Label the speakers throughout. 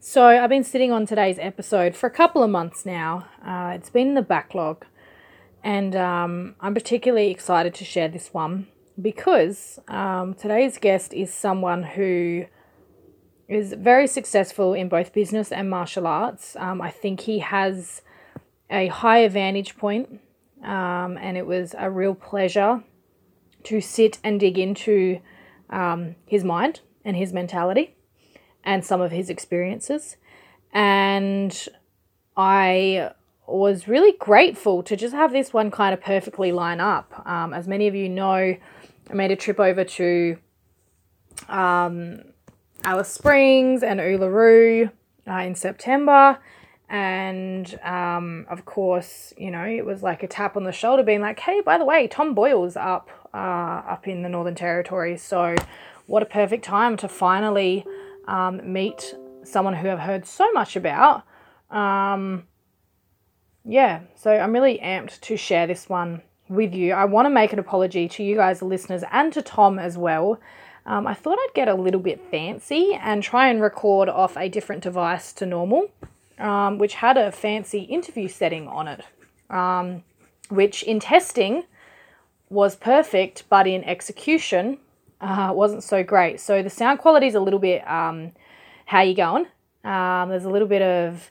Speaker 1: So I've been sitting on today's episode for a couple of months now. Uh, it's been in the backlog, and um, I'm particularly excited to share this one because um, today's guest is someone who is very successful in both business and martial arts. Um, I think he has a higher vantage point, um, and it was a real pleasure to sit and dig into um, his mind and his mentality and some of his experiences. And I was really grateful to just have this one kind of perfectly line up. Um, as many of you know, I made a trip over to um, Alice Springs and Uluru uh, in September. And um, of course, you know, it was like a tap on the shoulder being like, hey, by the way, Tom Boyle's up uh, up in the Northern Territory. So, what a perfect time to finally um, meet someone who I've heard so much about. Um, yeah, so I'm really amped to share this one with you. I want to make an apology to you guys, the listeners, and to Tom as well. Um, I thought I'd get a little bit fancy and try and record off a different device to normal, um, which had a fancy interview setting on it, um, which in testing was perfect, but in execution uh, wasn't so great. So the sound quality is a little bit um, how you going? Um, there's a little bit of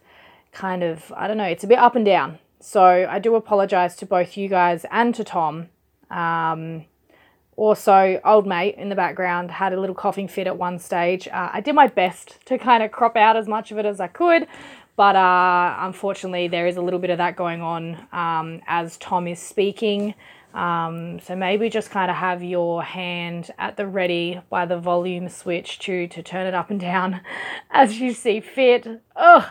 Speaker 1: kind of I don't know. It's a bit up and down. So I do apologize to both you guys and to Tom. Um, also, old mate in the background had a little coughing fit at one stage. Uh, I did my best to kind of crop out as much of it as I could, but uh, unfortunately, there is a little bit of that going on um, as Tom is speaking. Um, so maybe just kind of have your hand at the ready by the volume switch to to turn it up and down as you see fit. Ugh.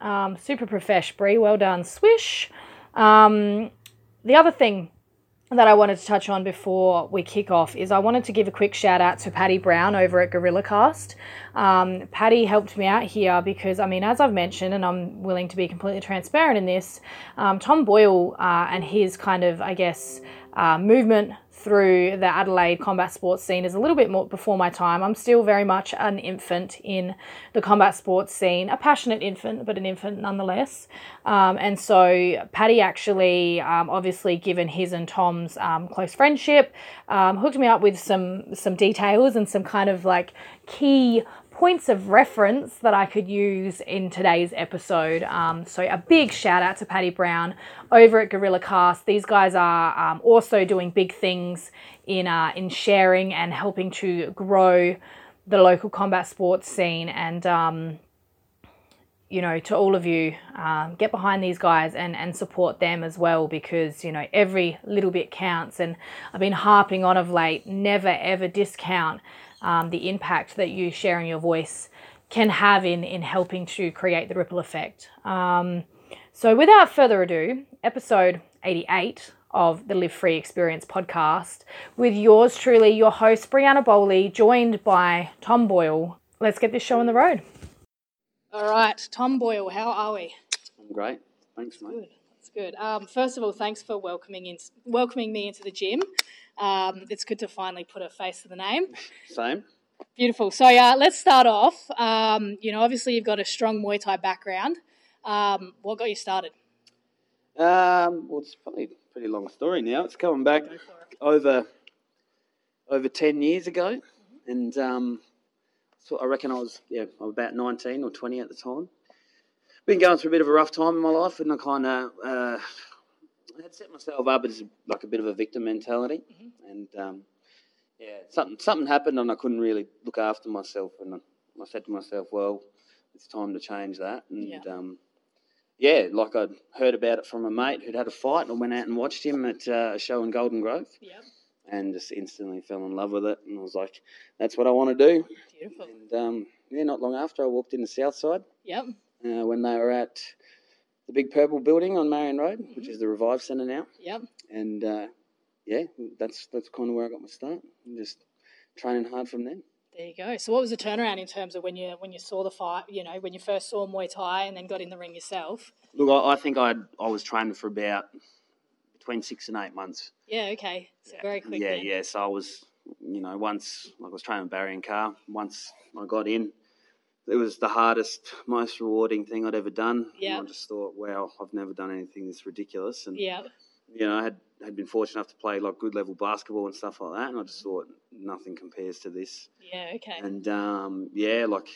Speaker 1: Um, super profesh, Brie. Well done, Swish. Um, the other thing that I wanted to touch on before we kick off is I wanted to give a quick shout out to Patty Brown over at Gorilla Cast. Um, Patty helped me out here because, I mean, as I've mentioned, and I'm willing to be completely transparent in this, um, Tom Boyle uh, and his kind of, I guess, uh, movement through the Adelaide combat sports scene is a little bit more before my time. I'm still very much an infant in the combat sports scene, a passionate infant, but an infant nonetheless. Um, and so Paddy actually, um, obviously, given his and Tom's um, close friendship, um, hooked me up with some some details and some kind of like key points of reference that I could use in today's episode. Um, so a big shout out to Patty Brown over at Gorilla Cast. These guys are um, also doing big things in uh, in sharing and helping to grow the local combat sports scene and. Um, you know, to all of you, um, get behind these guys and, and support them as well because, you know, every little bit counts. And I've been harping on of late never ever discount um, the impact that you sharing your voice can have in, in helping to create the ripple effect. Um, so, without further ado, episode 88 of the Live Free Experience podcast with yours truly, your host, Brianna Bowley, joined by Tom Boyle. Let's get this show on the road. All right, Tom Boyle, how are we?
Speaker 2: I'm great. Thanks, mate.
Speaker 1: Good. That's good. Um, first of all, thanks for welcoming in, welcoming me into the gym. Um, it's good to finally put a face to the name.
Speaker 2: Same.
Speaker 1: Beautiful. So uh, let's start off. Um, you know, obviously you've got a strong Muay Thai background. Um, what got you started?
Speaker 2: Um, well, it's probably a pretty long story now. It's coming back over over ten years ago,
Speaker 1: Mm-hmm.
Speaker 2: and um, so I reckon I was yeah I was about nineteen or twenty at the time. Been going through a bit of a rough time in my life, and I kind of uh, I had set myself up as like a bit of a victim mentality,
Speaker 1: Mm-hmm.
Speaker 2: and um, yeah, something something happened, and I couldn't really look after myself, and I, I said to myself, well, it's time to change that, and
Speaker 1: Yeah.
Speaker 2: um, yeah, like I'd heard about it from a mate who'd had a fight, and I went out and watched him at uh, a show in Golden Grove,
Speaker 1: Yep.
Speaker 2: and just instantly fell in love with it, and I was like, that's what I want to do,
Speaker 1: Beautiful.
Speaker 2: and um, yeah, not long after I walked in the south side
Speaker 1: Yep.
Speaker 2: uh, when they were at the big purple building on Marion Road, which is the Revive Centre now
Speaker 1: Yep.
Speaker 2: and uh, yeah, that's that's kind of where I got my start. and Just training hard from then.
Speaker 1: There you go. So what was the turnaround in terms of when you when you saw the fight? You know, when you first saw Muay Thai and then got in the ring yourself.
Speaker 2: Look, I, I think I I was training for about between six and eight months.
Speaker 1: Yeah. Okay. So very quick.
Speaker 2: yeah,
Speaker 1: then.
Speaker 2: yeah. So I was, you know, once like I was training with Barry and Carr. Once I got in, it was the hardest, most rewarding thing I'd ever done.
Speaker 3: Yeah.
Speaker 2: And I just thought, wow, I've never done anything this ridiculous. And
Speaker 3: Yeah.
Speaker 2: you know, I had had been fortunate enough to play like good level basketball and stuff like that, and I just thought nothing compares to this.
Speaker 3: Yeah. Okay.
Speaker 2: And um, yeah, like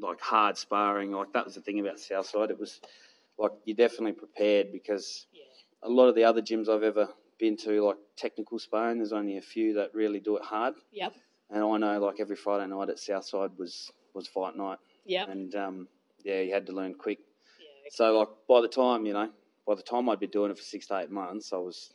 Speaker 2: like hard sparring, like that was the thing about Southside. It was like you're definitely prepared because
Speaker 3: Yeah.
Speaker 2: a lot of the other gyms I've ever been to, like technical sparring, there's only a few that really do it hard.
Speaker 3: Yep.
Speaker 2: And I know like every Friday night at Southside was was fight night,
Speaker 3: Yep.
Speaker 2: and um, yeah, you had to learn quick.
Speaker 3: Yeah.
Speaker 2: So like by the time you know, by the time I'd been doing it for six to eight months, I was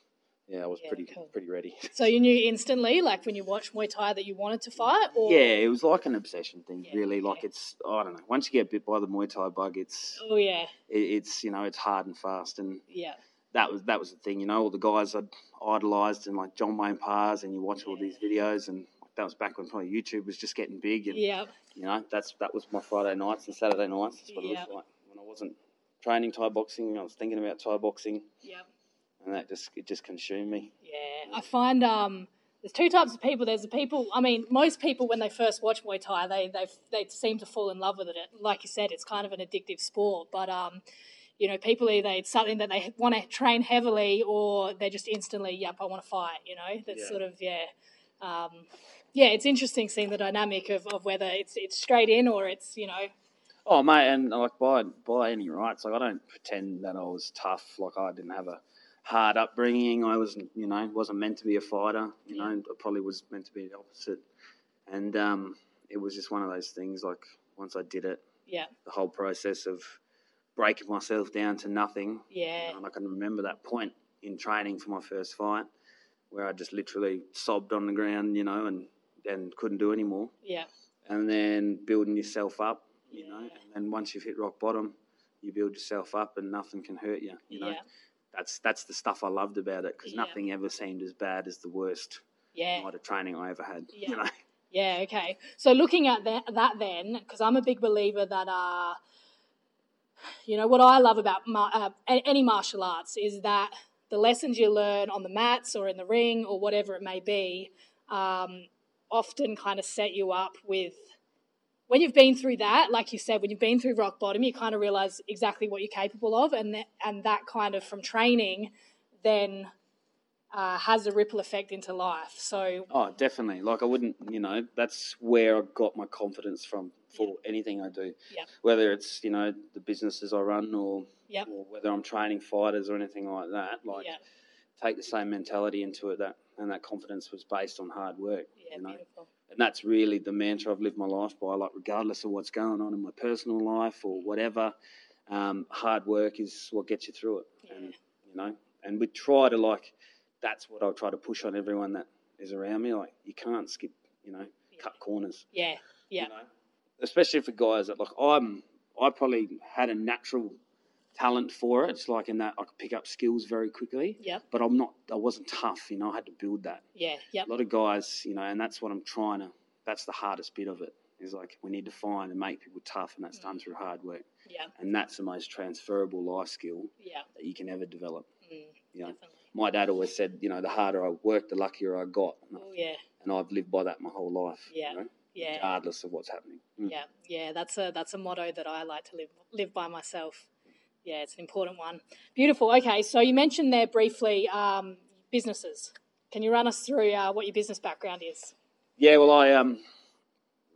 Speaker 2: yeah, I was
Speaker 3: Yeah,
Speaker 2: pretty
Speaker 3: cool.
Speaker 2: pretty ready.
Speaker 3: So you knew instantly, like when you watched Muay Thai, that you wanted to fight, or
Speaker 2: Yeah, it was like an obsession thing,
Speaker 3: Yeah,
Speaker 2: really.
Speaker 3: okay.
Speaker 2: Like it's I don't know. Once you get bit by the Muay Thai bug, it's
Speaker 3: Oh yeah.
Speaker 2: it, it's you know it's hard and fast, and
Speaker 3: Yeah.
Speaker 2: that was that was the thing. You know, all the guys I'd idolised and like John Wayne Pars, and you watch all these videos, and that was back when probably YouTube was just getting big, and
Speaker 3: Yeah.
Speaker 2: you know that's that was my Friday nights and Saturday nights. That's what
Speaker 3: Yeah.
Speaker 2: it was like when I wasn't training Thai boxing. I was thinking about Thai boxing,
Speaker 3: Yeah.
Speaker 2: and that just it just consumed me.
Speaker 3: Yeah, I find um, there's two types of people. There's the people. I mean, most people when they first watch Muay Thai, they they they seem to fall in love with it. Like you said, it's kind of an addictive sport. But um, you know, people either it's something that they want to train heavily, or they just instantly, yep, I want to fight. You know, that's
Speaker 2: Yeah.
Speaker 3: sort of yeah. Um, yeah, it's interesting seeing the dynamic of, of whether it's it's straight in or it's you know
Speaker 2: Oh mate, and like by by any rights, like I don't pretend that I was tough. Like I didn't have a hard upbringing. I wasn't, you know, wasn't meant to be a fighter. You know, I probably was meant to be the opposite. And um, it was just one of those things. Like once I did it,
Speaker 3: yeah
Speaker 2: the whole process of breaking myself down to nothing.
Speaker 3: yeah
Speaker 2: And I can remember that point in training for my first fight where I just literally sobbed on the ground, you know, and and couldn't do anymore
Speaker 3: yeah
Speaker 2: and then building yourself up, you
Speaker 3: Yeah.
Speaker 2: know. And then once you've hit rock bottom, you build yourself up, and nothing can hurt you. You know,
Speaker 3: yeah
Speaker 2: that's that's the stuff I loved about it because
Speaker 3: Yeah.
Speaker 2: nothing ever seemed as bad as the worst
Speaker 3: yeah
Speaker 2: night of training I ever had.
Speaker 3: Yeah.
Speaker 2: You know,
Speaker 3: Yeah, okay. So looking at that, that then, because I'm a big believer that, uh, you know, what I love about mar- uh, a- any martial arts is that the lessons you learn on the mats or in the ring or whatever it may be um, often kind of set you up with. When you've been through that, like you said, when you've been through rock bottom, you kind of realize exactly what you're capable of, and that, and that kind of from training, then uh, has a ripple effect into life. So
Speaker 2: oh, definitely. Like I wouldn't, you know, that's where I got my confidence from for anything I do,
Speaker 3: Yeah.
Speaker 2: whether it's you know the businesses I run or
Speaker 3: Yep.
Speaker 2: or whether I'm training fighters or anything like that. Like
Speaker 3: yeah,
Speaker 2: take the same mentality into it that and that confidence was based on hard work.
Speaker 3: yeah,
Speaker 2: you know?
Speaker 3: beautiful.
Speaker 2: and that's really the mantra I've lived my life by. Like, regardless of what's going on in my personal life or whatever, um, hard work is what gets you through it. And you know, and we try to like, that's what I'll try to push on everyone that is around me. Like, you can't skip, you know, cut corners.
Speaker 3: Yeah, yeah.
Speaker 2: You know, especially for guys that like I'm, I probably had a natural talent for it. It's like in that I could pick up skills very quickly.
Speaker 3: Yep.
Speaker 2: But I'm not. I wasn't tough. You know, I had to build that
Speaker 3: Yeah. Yep.
Speaker 2: a lot of guys, you know, and that's what I'm trying to. That's the hardest bit of it. Is like we need to find and make people tough, and that's done through hard work,
Speaker 3: Mm. Yeah.
Speaker 2: and that's the most transferable life skill
Speaker 3: Yeah.
Speaker 2: that you can ever develop.
Speaker 3: Mm,
Speaker 2: You know,
Speaker 3: definitely.
Speaker 2: my dad always said, you know, the harder I worked, the luckier I got, and I-
Speaker 3: Oh yeah.
Speaker 2: and I've lived by that my whole life. you
Speaker 3: Yeah.
Speaker 2: know,
Speaker 3: Yeah.
Speaker 2: regardless of what's happening. Mm.
Speaker 3: Yeah. Yeah. That's a that's a motto that I like to live live by myself. Yeah, it's an important one. Beautiful. Okay, so you mentioned there briefly um, businesses. Can you run us through uh, what your business background is?
Speaker 2: Yeah, well, I um,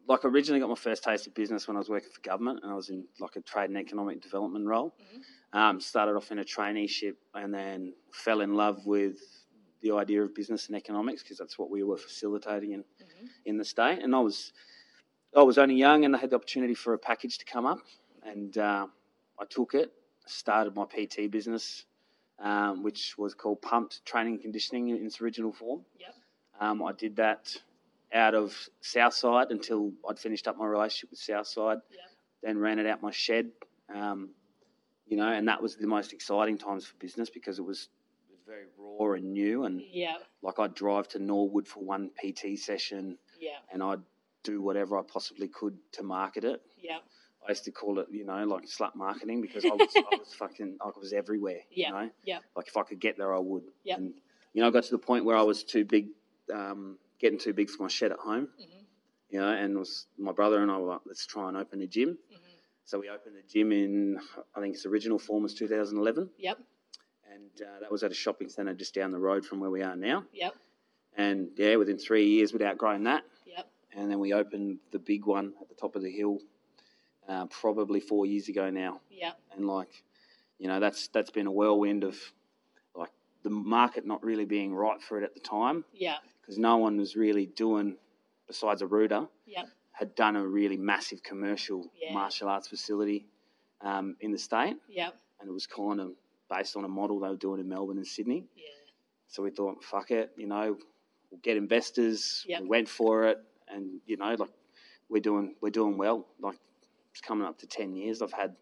Speaker 2: like originally got my first taste of business when I was working for government, and I was in like a trade and economic development role. Um, started off in a traineeship, and then fell in love with the idea of business and economics because that's what we were facilitating in
Speaker 3: Mm-hmm,
Speaker 2: in the state. And I was I was only young, and I had the opportunity for a package to come up, and uh, I took it. Started my PT business, um, which was called Pumped Training and Conditioning in its original form.
Speaker 3: Yep.
Speaker 2: Um, I did that out of Southside until I'd finished up my relationship with Southside.
Speaker 3: Yeah.
Speaker 2: Then rented out my shed, um, you know, and that was the most exciting times for business because it was very raw and new. And
Speaker 3: Yeah.
Speaker 2: like I'd drive to Norwood for one PT session,
Speaker 3: Yeah.
Speaker 2: and I'd do whatever I possibly could to market it.
Speaker 3: Yeah.
Speaker 2: I used to call it, you know, like slut marketing because I was, I was fucking, I was everywhere.
Speaker 3: Yeah,
Speaker 2: You know?
Speaker 3: yeah.
Speaker 2: Like if I could get there, I would.
Speaker 3: Yeah.
Speaker 2: And you know, I got to the point where I was too big, um, getting too big for my shed at home.
Speaker 3: Mhm.
Speaker 2: You you know, and it was my brother and I were like, let's try and open a gym.
Speaker 3: Mhm.
Speaker 2: So we opened a gym in, I think its original form was 2011,
Speaker 3: Yep.
Speaker 2: and uh, that was at a shopping centre just down the road from where we are now.
Speaker 3: Yep.
Speaker 2: And yeah, within three years, we'd outgrown that,
Speaker 3: Yep.
Speaker 2: and then we opened the big one at the top of the hill, uh, probably four years ago now.
Speaker 3: Yep.
Speaker 2: and like you know that's that's been a whirlwind of like the market not really being right for it at the time
Speaker 3: Yep.
Speaker 2: because no one was really doing besides a rooter
Speaker 3: Yep.
Speaker 2: had done a really massive commercial
Speaker 3: Yeah.
Speaker 2: martial arts facility um, in the state
Speaker 3: Yep.
Speaker 2: and it was kind of based on a model they were doing in melbourne and sydney
Speaker 3: Yeah.
Speaker 2: so we thought fuck it you know we'll get investors
Speaker 3: Yep.
Speaker 2: we went for it and you know like we're doing we're doing well like it's coming up to 10 years i've had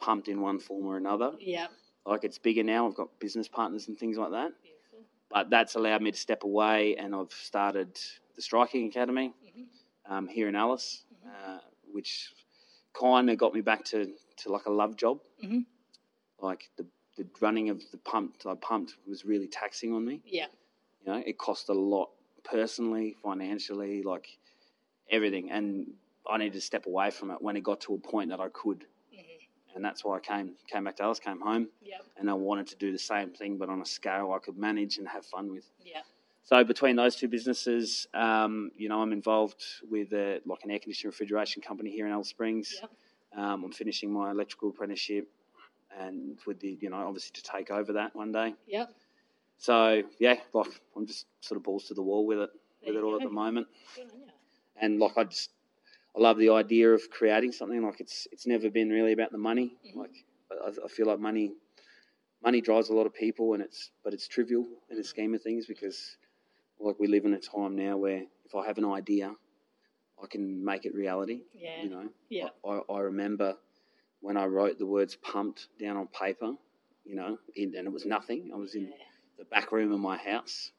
Speaker 2: pumped in one form or another
Speaker 3: Yep.
Speaker 2: like it's bigger now. I've got business partners and things like that.
Speaker 3: Beautiful.
Speaker 2: But that's allowed me to step away, and I've started the Striking Academy
Speaker 3: Mhm.
Speaker 2: um, here in Alice, uh, which kind of got me back to, to like a love job.
Speaker 3: Mhm.
Speaker 2: Like the the running of the pump, I pumped was really taxing on me.
Speaker 3: Yep.
Speaker 2: You know, it cost a lot personally, financially, like everything, and I needed to step away from it when it got to a point that I could.
Speaker 3: Mhm.
Speaker 2: And that's why I came came back to Alice, came home,
Speaker 3: Yep.
Speaker 2: and I wanted to do the same thing, but on a scale I could manage and have fun with.
Speaker 3: Yep.
Speaker 2: So between those two businesses, um, you know, I'm involved with a, like an air conditioning refrigeration company here in Alice Springs.
Speaker 3: Yep.
Speaker 2: Um, I'm finishing my electrical apprenticeship, and with the you know obviously to take over that one day.
Speaker 3: Yep.
Speaker 2: So yeah, like I'm just sort of balls to the wall with it,
Speaker 3: There
Speaker 2: with it
Speaker 3: you
Speaker 2: all at
Speaker 3: go.
Speaker 2: the moment.
Speaker 3: Good on ya.
Speaker 2: And like I just, I love the idea of creating something. Like it's it's never been really about the money.
Speaker 3: Mhm.
Speaker 2: Like I, I feel like money money drives a lot of people, and it's but it's trivial in
Speaker 3: Mm-hmm.
Speaker 2: the scheme of things because like we live in a time now where if I have an idea, I can make it reality.
Speaker 3: Yeah.
Speaker 2: You know.
Speaker 3: Yeah.
Speaker 2: I, I remember when I wrote the words "pumped" down on paper. You know, in, and it was nothing. I was in
Speaker 3: Yeah.
Speaker 2: the back room of my house,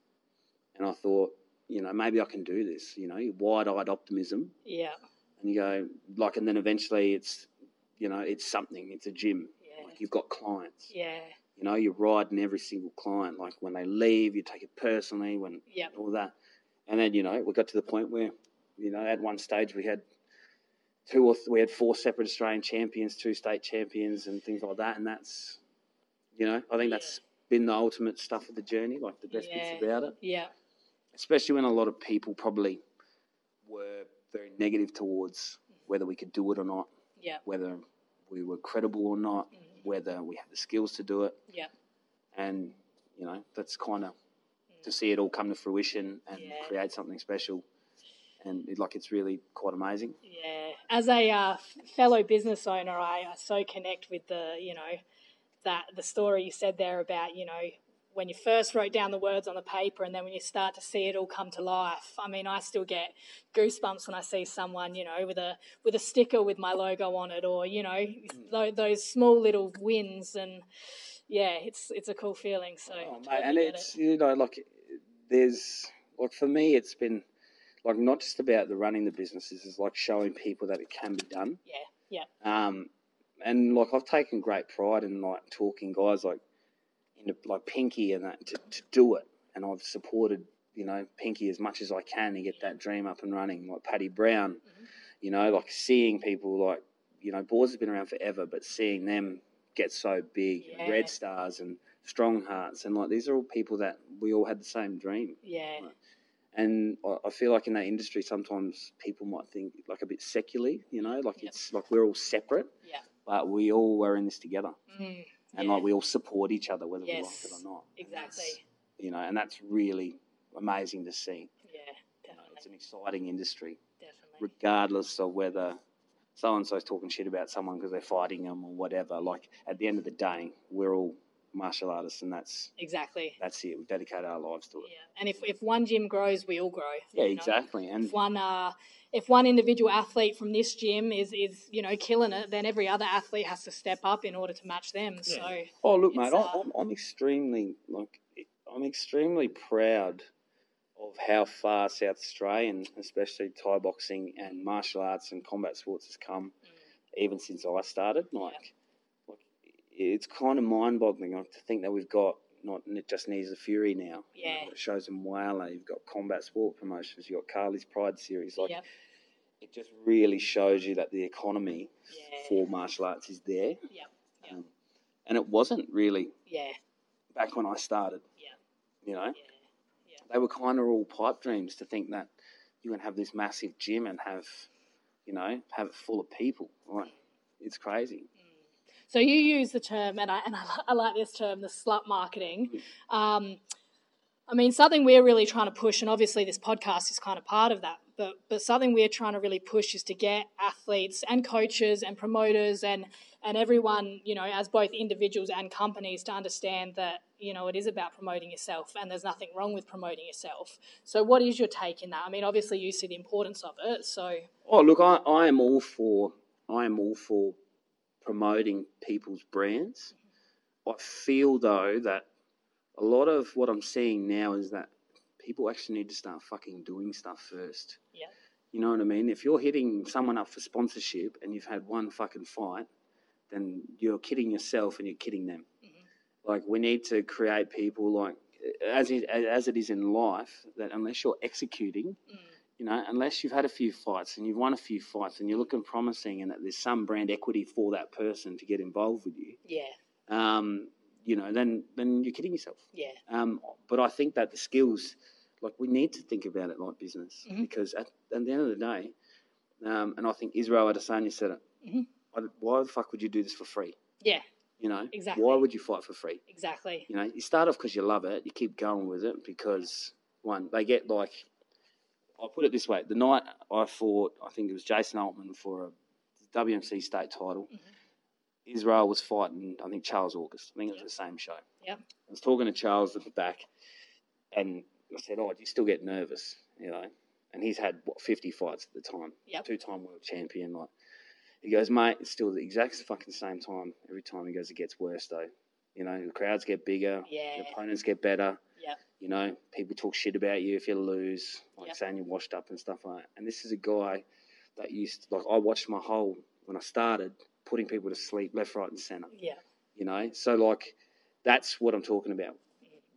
Speaker 2: and I thought, you know, maybe I can do this. You know, wide-eyed optimism,
Speaker 3: Yeah.
Speaker 2: and you go like, and then eventually it's, you know, it's something. It's a gym.
Speaker 3: Yeah.
Speaker 2: Like you've got clients.
Speaker 3: Yeah.
Speaker 2: You know, you're riding every single client. Like when they leave, you take it personally. When
Speaker 3: Yep.
Speaker 2: all that, and then you know, we got to the point where, you know, at one stage we had. Two or th- we had four separate Australian champions, two state champions, and things like that. And that's, you know, I think
Speaker 3: Yeah.
Speaker 2: that's been the ultimate stuff of the journey, like the best
Speaker 3: Yeah.
Speaker 2: bits about it
Speaker 3: Yeah.
Speaker 2: especially when a lot of people probably were very negative towards whether we could do it or not,
Speaker 3: Yeah.
Speaker 2: whether we were credible or not,
Speaker 3: Mhm.
Speaker 2: whether we had the skills to do it.
Speaker 3: Yeah.
Speaker 2: And, you know, that's kind of to see it all come to fruition and
Speaker 3: Yeah.
Speaker 2: create something special. And it, like, it's really quite amazing.
Speaker 3: Yeah, as a uh, fellow business owner, I, I so connect with the you know that the story you said there about you know when you first wrote down the words on the paper and then when you start to see it all come to life. I mean, I still get goosebumps when I see someone you know with a with a sticker with my logo on it, or you know
Speaker 2: Hmm.
Speaker 3: tho- those small little wins, and yeah, it's it's a cool feeling. So
Speaker 2: Oh, mate,
Speaker 3: totally
Speaker 2: and
Speaker 3: get
Speaker 2: it's you know like there's like for me it's been like not just about the running the businesses it's like showing people that it can be done
Speaker 3: Yeah,
Speaker 2: yeah um and like i've taken great pride in like talking guys like into like pinky and that to, to do it and i've supported you know pinky as much as i can to get that dream up and running like paddy brown
Speaker 3: Mhm.
Speaker 2: you know like seeing people like you know boards has been around forever but seeing them get so big
Speaker 3: Yeah.
Speaker 2: red stars and strong hearts and like these are all people that we all had the same dream
Speaker 3: yeah,
Speaker 2: and I- I feel like in that industry sometimes people might think like a bit secularly you know like
Speaker 3: Yep.
Speaker 2: it's like we're all separate
Speaker 3: yeah.
Speaker 2: but we all were in this together
Speaker 3: Mm,
Speaker 2: and
Speaker 3: yeah,
Speaker 2: like we all support each other whether we
Speaker 3: Yes,
Speaker 2: like it or not And that's-
Speaker 3: exactly.
Speaker 2: you know and that's really amazing to see
Speaker 3: Yeah,
Speaker 2: you know, it's
Speaker 3: definitely,
Speaker 2: an exciting industry
Speaker 3: definitely.
Speaker 2: regardless of whether so and so's talking shit about someone because they're fighting them or whatever. Like at the end of the day, we're all martial artists, and that's
Speaker 3: Exactly.
Speaker 2: that's it. We dedicate our lives to
Speaker 3: Yeah.
Speaker 2: it.
Speaker 3: And if, if one gym grows, we all grow.
Speaker 2: Yeah,
Speaker 3: you know?
Speaker 2: exactly. And
Speaker 3: If one uh, if one individual athlete from this gym is is you know killing it, then every other athlete has to step up in order to match them. So
Speaker 2: oh look,
Speaker 3: it's,
Speaker 2: mate,
Speaker 3: uh,
Speaker 2: I'm, I'm I'm extremely like I'm extremely proud of how far South Australian, especially Thai boxing and martial arts and combat sports, has come.
Speaker 3: Mm.
Speaker 2: Even since I started, like, like it's kind of mind-boggling like, to think that we've got not not just Knees of Fury now.
Speaker 3: Yeah.
Speaker 2: You've got shows in Wales. You've got combat sport promotions. You've got Carly's Pride series. Like
Speaker 3: yep,
Speaker 2: it just really shows you that the economy
Speaker 3: Yeah.
Speaker 2: for martial arts is there.
Speaker 3: Yep, yep.
Speaker 2: Um, and it wasn't really
Speaker 3: Yeah.
Speaker 2: back when I started.
Speaker 3: Yeah.
Speaker 2: You know,
Speaker 3: Yeah.
Speaker 2: they were kind of all pipe dreams to think that you can have this massive gym and have, you know, have it full of people. Like, it's crazy.
Speaker 3: So you use the term, and I and I, li- I like this term, the slut marketing. Um, I mean, something we're really trying to push, and obviously this podcast is kind of part of that. But but something we're trying to really push is to get athletes and coaches and promoters and and everyone, you know, as both individuals and companies, to understand that you know it is about promoting yourself, and there's nothing wrong with promoting yourself. So what is your take in that? I mean, obviously you see the importance of it. So mm.
Speaker 2: Oh, look, I, I am all for I am all for promoting people's brands. I feel though that a lot of what I'm seeing now is that people actually need to start fucking doing stuff first.
Speaker 3: Yeah.
Speaker 2: You know what I mean? If you're hitting someone up for sponsorship and you've had one fucking fight, then you're kidding yourself and you're kidding them. Like we need to create people like as it, as it is in life that unless you're executing you know, unless you've had a few fights and you've won a few fights and you're looking promising and that there's some brand equity for that person to get involved with you,
Speaker 3: yeah,
Speaker 2: um, you know, then then you're kidding yourself.
Speaker 3: yeah,
Speaker 2: Um, but I think that the skills, like we need to think about it like business
Speaker 3: Mm-hmm.
Speaker 2: because at, at the end of the day, um, and I think Israel Adesanya said it.
Speaker 3: Mhm.
Speaker 2: Why, why the fuck would you do this for free?
Speaker 3: yeah,
Speaker 2: You know,
Speaker 3: Exactly.
Speaker 2: Why would you fight for free?
Speaker 3: exactly.
Speaker 2: you know, you start off because you love it, you keep going with it because one, they get like, I'll put it this way: the night I fought, I think it was Jason Altman for a WMC state title.
Speaker 3: Mm-hmm.
Speaker 2: Israel was fighting, I think Charles August. I think it was the same show.
Speaker 3: Yep.
Speaker 2: I was talking to Charles at the back, and I said, "Oh, do you still get nervous?" You know, and he's had what fifty fights at the time.
Speaker 3: Yep.
Speaker 2: Two-time world champion. Like, he goes, "Mate, it's still the exact fucking same time every time." He goes, "It gets worse though." You know, the crowds get bigger.
Speaker 3: Yeah.
Speaker 2: Your opponents get better.
Speaker 3: Yep.
Speaker 2: You know, people talk shit about you if you lose, like
Speaker 3: Yep.
Speaker 2: saying you're washed up and stuff like that. And this is a guy that used like I watched my whole when I started putting people to sleep left, right, and center
Speaker 3: Yeah.
Speaker 2: you know so like that's what i'm talking about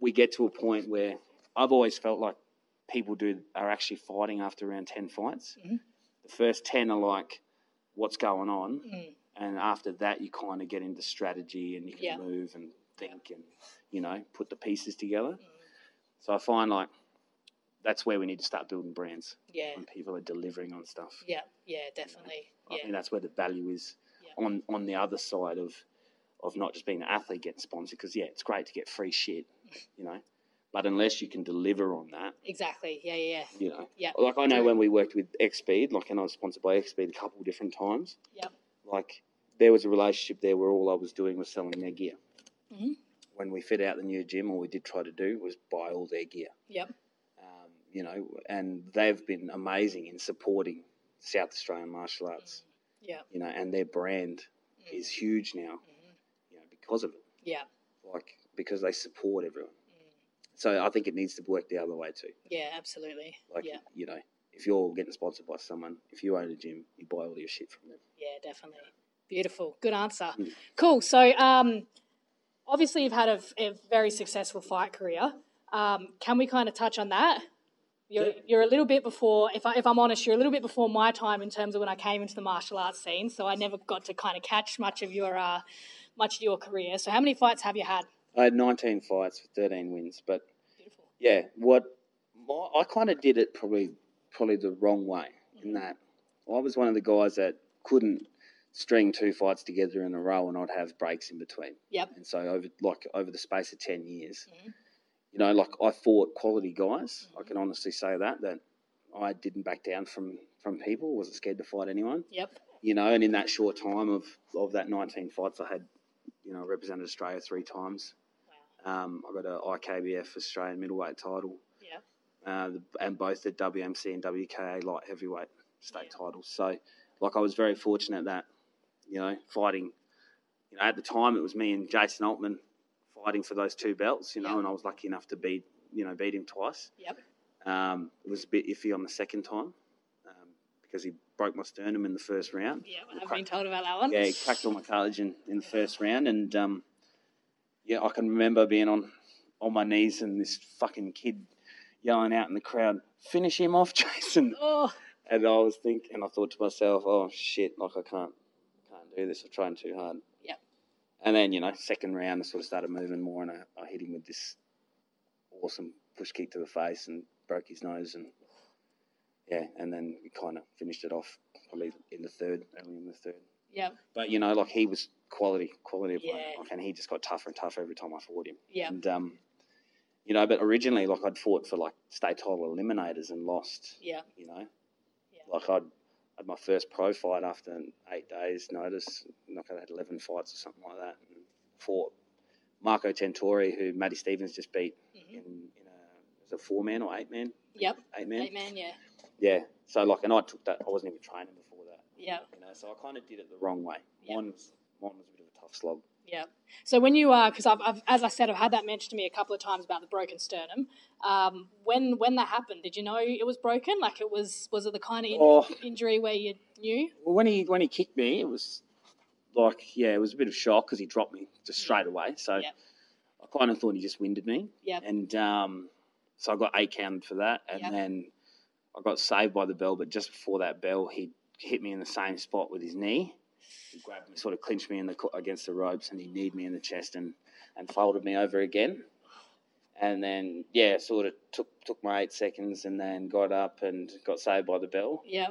Speaker 2: we get to a point where i've always felt like people do are actually fighting after around 10 fights the first 10 are like what's going on
Speaker 3: Mm.
Speaker 2: and after that you kind of get into strategy and you can
Speaker 3: Yeah.
Speaker 2: move and think and you know put the pieces together so i find like that's where we need to start building brands
Speaker 3: Yeah.
Speaker 2: when people are delivering on stuff
Speaker 3: Yeah, yeah, definitely.
Speaker 2: I think
Speaker 3: Yeah,
Speaker 2: that's where the value is
Speaker 3: Yeah.
Speaker 2: on on the other side of of not just being an athlete getting sponsored because yeah, it's great to get free shit, you know, but unless you can deliver on that,
Speaker 3: exactly. Yeah, yeah, yeah.
Speaker 2: you know,
Speaker 3: Yeah.
Speaker 2: like I know when we worked with XSpeed, like and I was sponsored by XSpeed a couple different times,
Speaker 3: Yep.
Speaker 2: like there was a relationship there where all I was doing was selling their gear.
Speaker 3: Mhm.
Speaker 2: When we fit out the new gym, all we did try to do was buy all their gear
Speaker 3: Yep.
Speaker 2: um, you know, and they've been amazing in supporting South Australian martial arts.
Speaker 3: Yeah.
Speaker 2: You know, and their brand
Speaker 3: Mm-hmm.
Speaker 2: is huge now, you know, because of it,
Speaker 3: Yeah.
Speaker 2: like because they support everyone.
Speaker 3: Mm-hmm.
Speaker 2: So I think it needs to work the other way too.
Speaker 3: Yeah, absolutely.
Speaker 2: Like,
Speaker 3: yeah.
Speaker 2: you know, if you're getting sponsored by someone, if you own a gym, you buy all your shit from them.
Speaker 3: Yeah, definitely. Beautiful. Good answer.
Speaker 2: Mm.
Speaker 3: Cool. So, um, obviously, you've had a, a very successful fight career. Um, can we kind of touch on that? You're, you're a little bit before, if, I, if I'm honest, you're a little bit before my time in terms of when I came into the martial arts scene. So I never got to kind of catch much of your, uh, much of your career. So how many fights have you had?
Speaker 2: I had 19 fights for 13 wins, but
Speaker 3: Beautiful.
Speaker 2: yeah, what my, I kind of did it probably probably the wrong way in that I was one of the guys that couldn't string two fights together in a row and I'd have breaks in between.
Speaker 3: Yep.
Speaker 2: And so over like over the space of 10 years, you know, like I fought quality guys. I can honestly say that that I didn't back down from from people, wasn't scared to fight anyone.
Speaker 3: Yep.
Speaker 2: You know, and in that short time of of that 19 fights I had, you know, I represented Australia three times. Um, I got a IKBF Australian middleweight title
Speaker 3: Yeah.
Speaker 2: uh, the- and both the WMC and WKA light heavyweight state titles. So, like, I was very fortunate that, you know, fighting, you know, at the time it was me and Jason Altman fighting for those two belts, you know,
Speaker 3: Yeah.
Speaker 2: and I was lucky enough to beat, you know, beat him twice.
Speaker 3: Yep.
Speaker 2: Um, it was a bit iffy on the second time um, because he broke my sternum in the first round.
Speaker 3: Yeah, I've been told about that one.
Speaker 2: Yeah, he cracked all my cartilage in, in the first round, and um, yeah, I can remember being on on my knees and this fucking kid yelling out in the crowd, "Finish him off, Jason!"
Speaker 3: Oh,
Speaker 2: and I was thinking, and I thought to myself, oh shit, like I can't, can't do this. I'm trying too hard.
Speaker 3: Yep.
Speaker 2: And then you know, second round, I sort of started moving more, and I, I hit him with this awesome push kick to the face and broke his nose, and yeah, and then we kind of finished it off probably in the third, early in the third.
Speaker 3: Yep.
Speaker 2: But you know, like he was quality, quality opponent,
Speaker 3: Yeah.
Speaker 2: like, and he just got tougher and tougher every time I fought him.
Speaker 3: Yeah.
Speaker 2: And um, you know, but originally, like I'd fought for like state title eliminators and lost.
Speaker 3: Yeah.
Speaker 2: You know,
Speaker 3: Yeah.
Speaker 2: like I'd had my first pro fight after an eight days' notice. Like I had eleven fights or something like that. And fought Marco Tentori, who Matty Stevens just beat
Speaker 3: Mhm.
Speaker 2: in, in a, was it a four man or eight man,
Speaker 3: Yep.
Speaker 2: eight man.
Speaker 3: Eight man. Yeah.
Speaker 2: Yeah. So like, and I took that. I wasn't even training before that.
Speaker 3: Yeah.
Speaker 2: You know, so I kind of did it the wrong way.
Speaker 3: Yeah.
Speaker 2: Mine was mine was a bit of a tough slog.
Speaker 3: Yeah. So when you are, because I've, I've, as I said, I've had that mentioned to me a couple of times about the broken sternum. Um, when when that happened, did you know it was broken? Like it was was it the kind of in-
Speaker 2: Oh.
Speaker 3: injury where you knew?
Speaker 2: Well, when he when he kicked me, it was like yeah, it was a bit of shock because he dropped me just straight away. So
Speaker 3: Yeah.
Speaker 2: I kind of thought he just winded me,
Speaker 3: Yeah.
Speaker 2: and um, so I got eight counted for that, and
Speaker 3: Yeah.
Speaker 2: then I got saved by the bell. But just before that bell, he hit me in the same spot with his knee. He grabbed me, sort of clinched me in the co- against the ropes, and he kneed me in the chest and and folded me over again. And then yeah, sort of took took my eight seconds, and then got up and got saved by the bell.
Speaker 3: Yeah.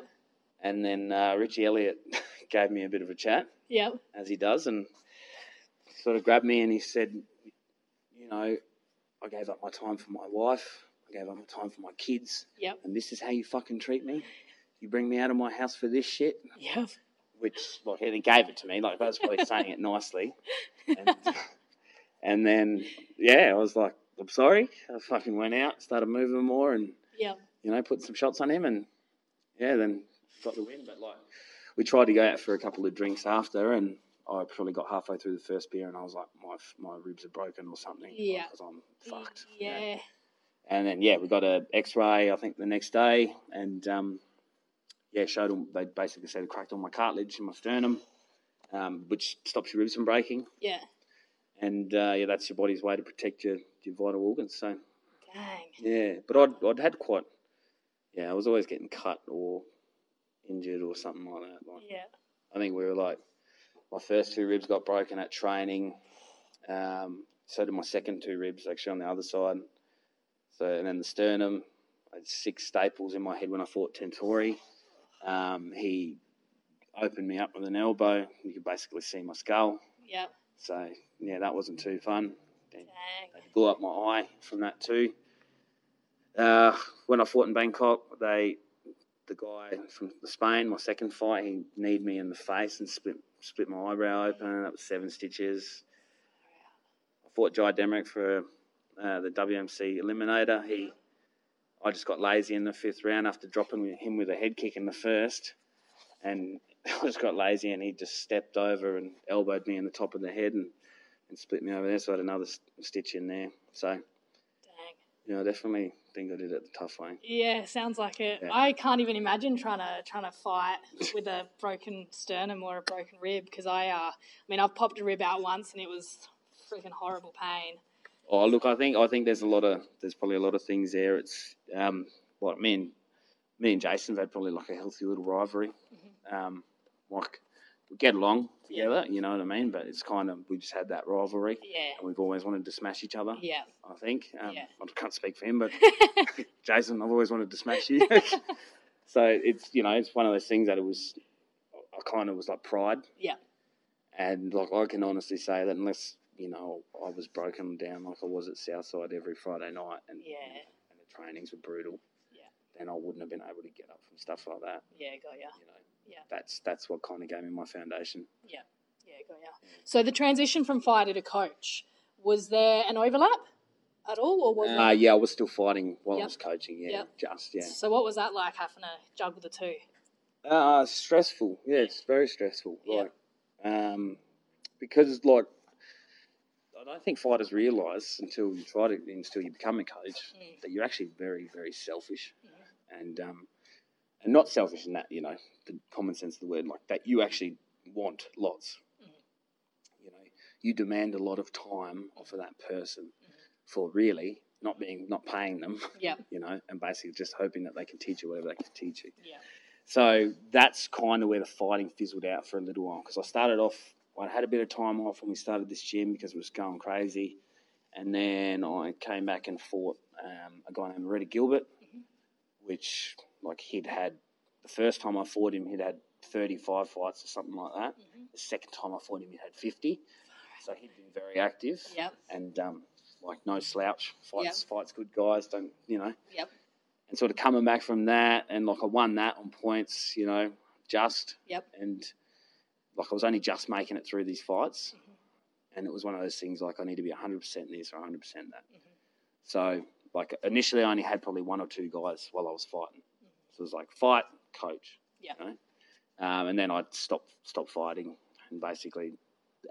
Speaker 2: And then uh, Richie Elliott gave me a bit of a chat,
Speaker 3: Yeah.
Speaker 2: as he does, and sort of grabbed me and he said, You know, I gave up my time for my wife, I gave up my time for my kids,
Speaker 3: Yeah.
Speaker 2: and this is how you fucking treat me. You bring me out of my house for this shit,
Speaker 3: Yeah.
Speaker 2: which, well, he gave it to me, like, that was probably saying it nicely. And, and then, yeah, I was like, I'm sorry. I fucking went out, started moving more, and
Speaker 3: Yeah.
Speaker 2: you know, put some shots on him, and yeah, then got the win. But like, we tried to go out for a couple of drinks after, and I probably got halfway through the first beer, and I was like, my my ribs are broken or something,
Speaker 3: Yeah.
Speaker 2: because I'm fucked. you know.
Speaker 3: Yeah.
Speaker 2: And then yeah, we got a X-ray, I think, the next day, and um, yeah, showed them. They basically said it cracked all my cartilage in my sternum, um, which stops your ribs from breaking,
Speaker 3: Yeah.
Speaker 2: and uh, yeah, that's your body's way to protect your your vital organs. So.
Speaker 3: Dang.
Speaker 2: Yeah, but I'd I'd had quite. Yeah, I was always getting cut or injured or something like that. Like
Speaker 3: Yeah.
Speaker 2: I think we were like, my first two ribs got broken at training. Um, so did my second two ribs actually on the other side. So and then the sternum, I had six staples in my head when I fought Tentori. Um, he opened me up with an elbow. You could basically see my skull.
Speaker 3: Yeah.
Speaker 2: So yeah, that wasn't too fun. Then
Speaker 3: Dang.
Speaker 2: they blew up my eye from that too. Uh, when I fought in Bangkok, they the guy from Spain, my second fight, he kneed me in the face and split split my eyebrow open. That was seven stitches. I fought Jai Demrick for uh, the WMC Eliminator. He, I just got lazy in the fifth round after dropping him with a head kick in the first, and I just got lazy and he just stepped over and elbowed me in the top of the head and, and split me over there. So I had another st- stitch in there. So
Speaker 3: Dang.
Speaker 2: you know, I definitely think I did it the tough way.
Speaker 3: Yeah, sounds like it.
Speaker 2: Yeah.
Speaker 3: I can't even imagine trying to trying to fight with a broken sternum or a broken rib because I, uh, I mean, I've popped a rib out once and it was freaking horrible pain.
Speaker 2: Oh, look, I think I think there's a lot of there's probably a lot of things there. It's um, what me and me and Jason's had probably like a healthy little rivalry. Um, like we get along
Speaker 3: Yeah.
Speaker 2: together, you know what I mean? But it's kind of we just had that rivalry, and
Speaker 3: Yeah,
Speaker 2: we've always wanted to smash each other.
Speaker 3: yeah,
Speaker 2: I think um,
Speaker 3: Yeah.
Speaker 2: I can't speak for him, but Jason, I've always wanted to smash you. so it's you know it's one of those things that it was I kind of was like pride.
Speaker 3: Yeah.
Speaker 2: And like I can honestly say that unless you know I was broken down like I was at Southside every Friday night and
Speaker 3: yeah,
Speaker 2: and the trainings were brutal,
Speaker 3: Yeah.
Speaker 2: then I wouldn't have been able to get up from stuff like that.
Speaker 3: yeah. Got ya.
Speaker 2: You know.
Speaker 3: Yeah.
Speaker 2: That's that's what kind of gave me my foundation.
Speaker 3: Yeah, got ya. So the transition from fighter to coach was there an overlap at all, or was
Speaker 2: Uh,
Speaker 3: it?
Speaker 2: yeah, I was still fighting while I
Speaker 3: Yep.
Speaker 2: was coaching. Yeah,
Speaker 3: Yep.
Speaker 2: just yeah.
Speaker 3: So what was that like having to juggle the two?
Speaker 2: Uh, stressful. Yeah, it's very stressful.
Speaker 3: Yeah.
Speaker 2: Like, um, because like, I don't think fighters realise until you try to, until you become a coach,
Speaker 3: Mm.
Speaker 2: that you're actually very, very selfish,
Speaker 3: Yeah.
Speaker 2: and um, and not selfish in that you know the common sense of the word, like that you actually want lots.
Speaker 3: Mhm.
Speaker 2: You know, you demand a lot of time off of that person
Speaker 3: Mhm.
Speaker 2: for really not being not paying them.
Speaker 3: Yeah.
Speaker 2: You know, and basically just hoping that they can teach you whatever they can teach you
Speaker 3: Yeah,
Speaker 2: So that's kind of where the fighting fizzled out for a little while because I started off, I had a bit of time off when we started this gym because it was going crazy. And then I came back and fought um, a guy named Reddy Gilbert,
Speaker 3: Mm-hmm.
Speaker 2: which, like, he'd had the first time I fought him, he'd had 35 fights or something like that.
Speaker 3: Mm-hmm.
Speaker 2: The second time I fought him, he'd had 50. So he'd been very active.
Speaker 3: Yep.
Speaker 2: And, um, like, no slouch. Fights,
Speaker 3: Yep.
Speaker 2: fights good guys. Don't, you know
Speaker 3: Yep.
Speaker 2: and sort of coming back from that and like I won that on points, you know, just
Speaker 3: Yep.
Speaker 2: and like I was only just making it through these fights,
Speaker 3: Mm-hmm.
Speaker 2: and it was one of those things like I need to be hundred percent this or hundred percent that.
Speaker 3: Mm-hmm.
Speaker 2: So like initially I only had probably one or two guys while I was fighting,
Speaker 3: Mm-hmm.
Speaker 2: so it was like fight coach,
Speaker 3: Yep.
Speaker 2: you know? um, and then I stopped stopped fighting and basically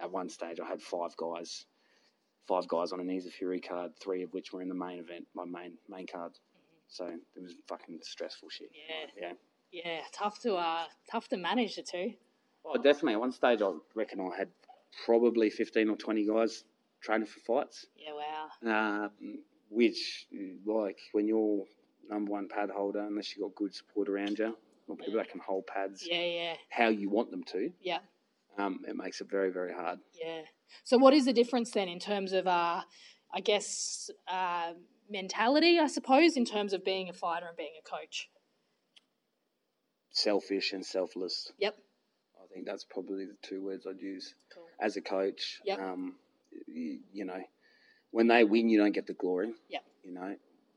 Speaker 2: at one stage I had five guys. Five guys on an Easy Fury card, three of which were in the main event, my main main card. So it was fucking stressful shit.
Speaker 3: Mm-hmm. Yeah.
Speaker 2: Yeah.
Speaker 3: Yeah, tough to uh, tough to manage the two.
Speaker 2: Oh, definitely. At one stage, I reckon I had probably 15 or 20 guys training for fights,
Speaker 3: Yeah, wow.
Speaker 2: um, which, like, when you're number one pad holder, unless you've got good support around you, or people that can hold pads
Speaker 3: Yeah, yeah,
Speaker 2: how you want them to,
Speaker 3: yeah,
Speaker 2: um, it makes it very, very hard.
Speaker 3: yeah. So, what is the difference then in terms of, uh, I guess, uh, mentality? I suppose in terms of being a fighter and being a coach.
Speaker 2: Selfish and selfless.
Speaker 3: Yep.
Speaker 2: I think that's probably the two words I'd use.
Speaker 3: Cool.
Speaker 2: as a coach.
Speaker 3: Yep.
Speaker 2: Um, you, you know, when they win, you don't get the glory.
Speaker 3: Yep.
Speaker 2: You know,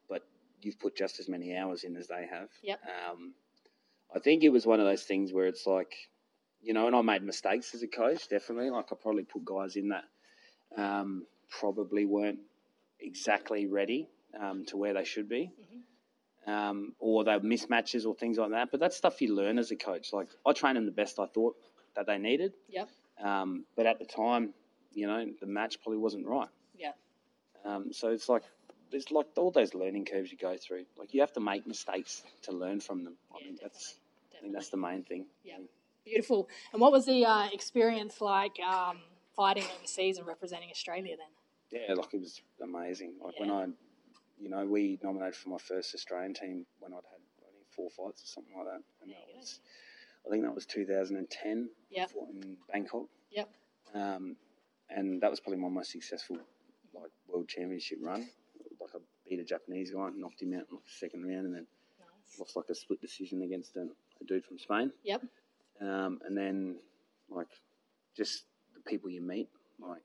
Speaker 2: but you've put just as many hours in as they have.
Speaker 3: Yep.
Speaker 2: Um, I think it was one of those things where it's like, you know, and I made mistakes as a coach, definitely. Like I probably put guys in that um, probably weren't exactly ready um, to where they should be.
Speaker 3: Mm-hmm.
Speaker 2: Um, or they mismatches or things like that, but that's stuff you learn as a coach. Like I trained them the best I thought that they needed,
Speaker 3: Yep.
Speaker 2: um, but at the time, you know, the match probably wasn't right.
Speaker 3: Yeah.
Speaker 2: Um, so it's like there's like all those learning curves you go through. Like you have to make mistakes to learn from them. I
Speaker 3: Yeah,
Speaker 2: mean, that's I think
Speaker 3: definitely.
Speaker 2: that's the main thing.
Speaker 3: Yeah. Beautiful. And what was the uh, experience like um, fighting overseas and representing Australia then?
Speaker 2: Yeah, like it was amazing. Like when
Speaker 3: Yeah.
Speaker 2: I, you know, we nominated for my first Australian team when I'd had I think four fights or something like that, and
Speaker 3: There you
Speaker 2: that
Speaker 3: go.
Speaker 2: was, I think that was 2010.
Speaker 3: Yep.
Speaker 2: fought in Bangkok.
Speaker 3: Yep.
Speaker 2: Um, and that was probably my most successful like world championship run. Like I beat a Japanese guy, knocked him out in like the second round, and then
Speaker 3: Nice.
Speaker 2: lost like a split decision against a, a dude from Spain.
Speaker 3: Yep.
Speaker 2: Um, and then like just the people you meet, like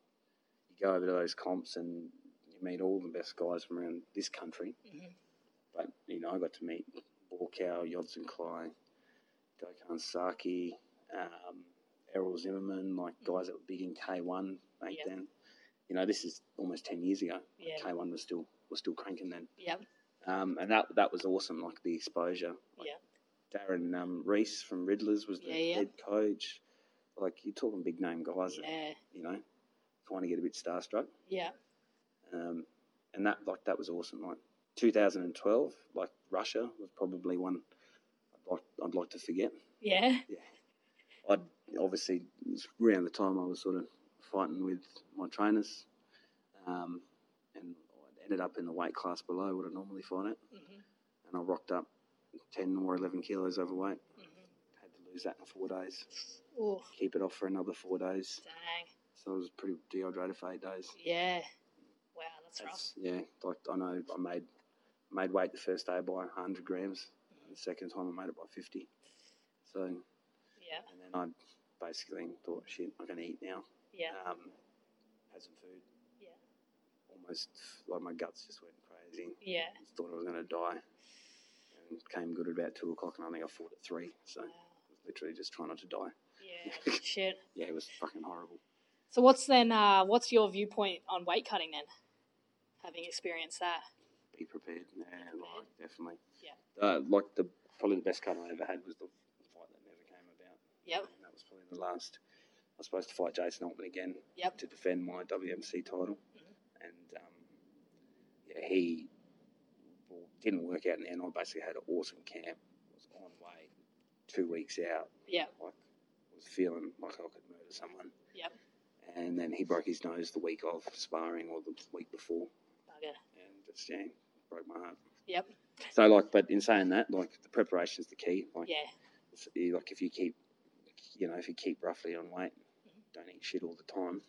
Speaker 2: you go over to those comps and you meet all the best guys from around this country.
Speaker 3: Mhm.
Speaker 2: But you know, I got to meet Borkow, Yodson Klein, Gokhan Saki, um, Errol Zimmerman, like guys that were big in K one back
Speaker 3: Mm-hmm. Yeah.
Speaker 2: then. You know, this is almost ten years ago.
Speaker 3: Yeah.
Speaker 2: K one was still was still cranking then.
Speaker 3: Yep.
Speaker 2: Um, and that that was awesome, like the exposure. Like
Speaker 3: Yeah.
Speaker 2: Darren um, Reese from Riddlers was the
Speaker 3: Yeah, yeah.
Speaker 2: head coach. Like you're talking big name guys, that,
Speaker 3: Yeah.
Speaker 2: you know, kind of get a bit starstruck.
Speaker 3: Yeah.
Speaker 2: Um, and that like that was awesome. Like 2012, like Russia was probably one I'd like, I'd like to forget.
Speaker 3: Yeah.
Speaker 2: I'd obviously it was around the time I was sort of fighting with my trainers, um, and I ended up in the weight class below what I normally fight at
Speaker 3: Mhm.
Speaker 2: and I rocked up 10 or 11 kilos overweight.
Speaker 3: Mhm.
Speaker 2: Had to lose that in four days,
Speaker 3: Oof.
Speaker 2: keep it off for another four days.
Speaker 3: Dang.
Speaker 2: So I was pretty dehydrated for eight days.
Speaker 3: Yeah. Wow, that's rough.
Speaker 2: That's, yeah, like I know I made made weight the first day by 100 grams, and the second time I made it by 50. So, and
Speaker 3: Yeah.
Speaker 2: then I basically thought, shit, I'm going to eat now.
Speaker 3: Yeah.
Speaker 2: Um, had some food.
Speaker 3: Yeah.
Speaker 2: Almost like my guts just went crazy.
Speaker 3: Yeah.
Speaker 2: Just thought I was going to die. And came good at about two o'clock, and I think I fought at three. So.
Speaker 3: Wow.
Speaker 2: literally just trying not to die.
Speaker 3: Yeah. Shit.
Speaker 2: Yeah, it was fucking horrible.
Speaker 3: So what's then? Uh, what's your viewpoint on weight cutting then? Having experienced that.
Speaker 2: Be prepared. Yeah, like, definitely.
Speaker 3: Yeah.
Speaker 2: Uh, like the probably the best cut I ever had was the fight that never came about.
Speaker 3: Yep.
Speaker 2: And that was probably the last. I was supposed to fight Jason Altman again
Speaker 3: Yep. Mm-hmm.
Speaker 2: to defend my WMC title, and um, yeah, he well, didn't work out in the end. I basically had an awesome camp. Was on weight, two weeks out.
Speaker 3: Yep.
Speaker 2: Like was feeling like I could murder someone.
Speaker 3: Yep.
Speaker 2: And then he broke his nose the week of sparring or the week before.
Speaker 3: Bugger.
Speaker 2: and just yeah, broke my heart.
Speaker 3: Yep.
Speaker 2: So like, but in saying that, like the preparation's the key. Like
Speaker 3: Yeah.
Speaker 2: it's- you- like if you keep, you know, if you keep roughly on weight,
Speaker 3: Mm-hmm.
Speaker 2: don't eat shit all the time,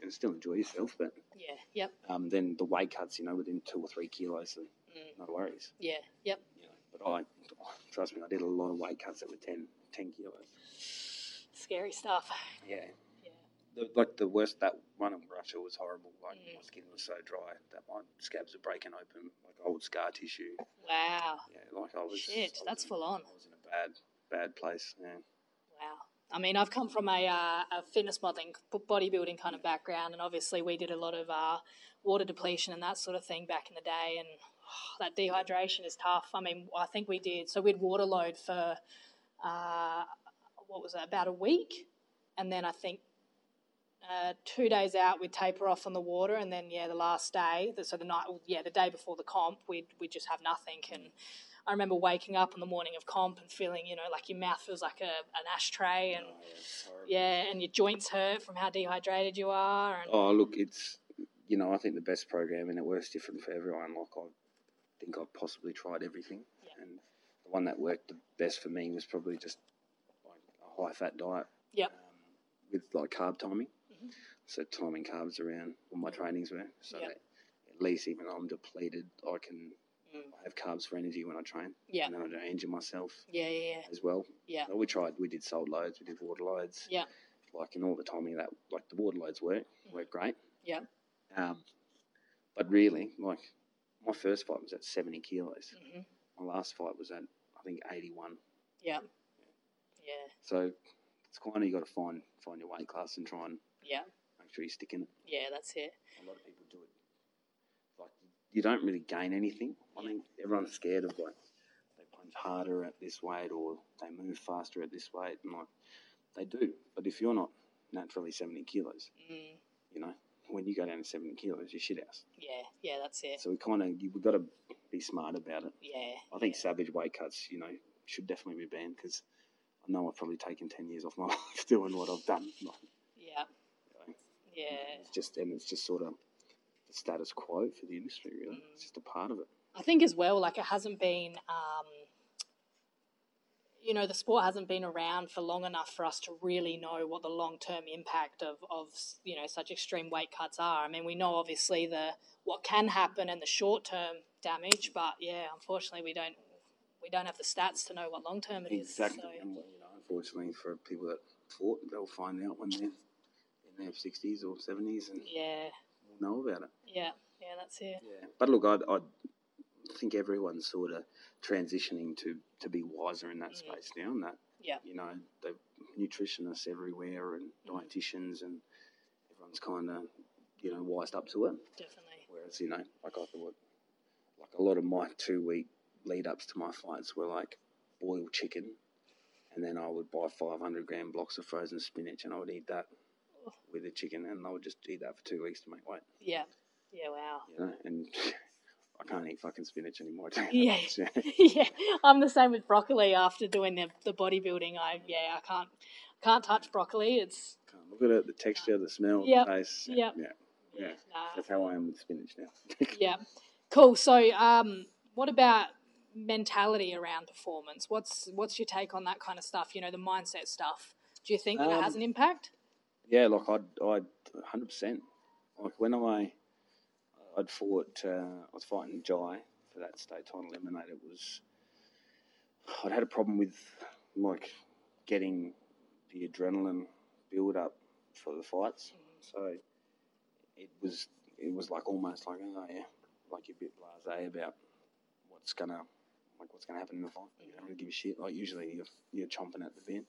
Speaker 2: and still enjoy yourself, but
Speaker 3: Yeah. Yep.
Speaker 2: um, then the weight cuts, you know, within two or three kilos, so
Speaker 3: Mm.
Speaker 2: no worries.
Speaker 3: Yeah. Yep.
Speaker 2: You know, but I, trust me, I did a lot of weight cuts that were 10, 10 kilos.
Speaker 3: Scary stuff.
Speaker 2: Yeah.
Speaker 3: Yeah.
Speaker 2: The, like the worst, that one in Russia was horrible. Like
Speaker 3: Mm.
Speaker 2: my skin was so dry that my scabs were breaking open, like old scar tissue.
Speaker 3: Wow.
Speaker 2: Yeah, like I was. I
Speaker 3: Oh. Shit.
Speaker 2: was
Speaker 3: That's
Speaker 2: in-
Speaker 3: full on.
Speaker 2: I was in a bad, bad place. Yeah.
Speaker 3: Wow. I mean, I've come from a, uh, a fitness modeling, b- bodybuilding kind of background, and obviously we did a lot of uh, water depletion and that sort of thing back in the day. And that dehydration is tough. I mean, I think we did. So we'd water load for uh, what was it, about a week, and then I think uh, two days out we'd taper off on the water, and then yeah, the last day, the- so the night, yeah, the day before the comp, we'd we would just have nothing. And I remember waking up on the morning of comp and feeling, you know, like your mouth feels like a, an ashtray, and
Speaker 2: Oh, yeah, it's horrible.
Speaker 3: yeah, and your joints hurt from how dehydrated you are, and
Speaker 2: Oh, look, it's, you know, I think the best program and it works different for everyone. Like, I think I've possibly tried everything.
Speaker 3: Yeah.
Speaker 2: And the one that worked the best for me was probably just like a high fat diet.
Speaker 3: Yep.
Speaker 2: Um, with like carb timing.
Speaker 3: Mhm.
Speaker 2: So, timing carbs around what my trainings were. So,
Speaker 3: Yep.
Speaker 2: that at least even though I'm depleted, I can
Speaker 3: Mm.
Speaker 2: have carbs for energy when I train.
Speaker 3: yeah,
Speaker 2: And then I don't injure myself
Speaker 3: yeah, yeah, yeah,
Speaker 2: as well.
Speaker 3: yeah.
Speaker 2: So we tried, we did salt loads, we did water loads.
Speaker 3: Yeah.
Speaker 2: Like, and all the timing of that, like, the water loads work, work great.
Speaker 3: Yeah.
Speaker 2: Um, but really, like, my first fight was at 70 kilos.
Speaker 3: hmm
Speaker 2: My last fight was at, I think, 81.
Speaker 3: Yeah. Yeah.
Speaker 2: So it's kind of, you got to find find your weight class and try and
Speaker 3: Yeah.
Speaker 2: make sure you stick in it.
Speaker 3: Yeah. That's it.
Speaker 2: A lot of people do it. Like, you don't really gain anything. I think everyone's scared of, like, they punch harder at this weight or they move faster at this weight. And, like, they do. But if you're not naturally 70 kilos,
Speaker 3: Mm.
Speaker 2: you know, when you go down to 70 kilos, you're shit house.
Speaker 3: Yeah. Yeah. That's it.
Speaker 2: So we kind of we've got to be smart about it.
Speaker 3: Yeah.
Speaker 2: I think savage weight cuts, you know, should definitely be banned because I know I've probably taken ten years off my life doing what I've done. Like,
Speaker 3: Yeah. Yeah.
Speaker 2: It's just and it's just sort of the status quo for the industry. Really,
Speaker 3: Mm.
Speaker 2: it's just a part of it.
Speaker 3: I think as well, like it hasn't been, um, you know, the sport hasn't been around for long enough for us to really know what the long term impact of, of you know such extreme weight cuts are. I mean, we know obviously the what can happen and the short term damage, but yeah, unfortunately, we don't we don't have the stats to know what long term it is.
Speaker 2: Exactly.
Speaker 3: So,
Speaker 2: And you know, unfortunately for people that fought, they'll find out when they're in their sixties or seventies and
Speaker 3: yeah,
Speaker 2: will know about it.
Speaker 3: yeah, yeah. That's it.
Speaker 2: Yeah. But look, I, I think everyone's sort of transitioning to, to be wiser in that
Speaker 3: Mm.
Speaker 2: space now, and that
Speaker 3: Yeah.
Speaker 2: you know, the nutritionists everywhere and
Speaker 3: Mm.
Speaker 2: dietitians, and everyone's kind of you know wised up to it.
Speaker 3: Definitely.
Speaker 2: Whereas you know, like I thought, like a lot of my two week lead ups to my fights were like boiled chicken, and then I would buy five hundred gram blocks of frozen spinach, and I would eat that. With the chicken, and I would just eat that for two weeks to make weight
Speaker 3: Yeah. Yeah. Wow.
Speaker 2: you know, and I can't eat fucking spinach anymore.
Speaker 3: Yeah. yeah, I'm the same with broccoli. After doing the, the bodybuilding, I yeah, I can't can't touch broccoli. It's
Speaker 2: Can't look at it, the texture, the smell,
Speaker 3: Yep,
Speaker 2: the taste.
Speaker 3: yep.
Speaker 2: Yeah, yeah.
Speaker 3: nah,
Speaker 2: That's how I am with spinach now.
Speaker 3: yeah, cool. So, um, what about mentality around performance? What's what's your take on that kind of stuff? You know, the mindset stuff. Do you think that it has
Speaker 2: Um,
Speaker 3: an impact?
Speaker 2: Yeah, like I'd, I'd 100%. Like when I, I'd fought, uh, I was fighting Jai for that state title eliminate. It was, I'd had a problem with like getting the adrenaline build up for the fights. So it was, it was like almost like, oh yeah, like you're a bit blasé about what's gonna, like what's gonna happen in the fight. You don't really give a shit. Like usually you're, you're chomping at the bit.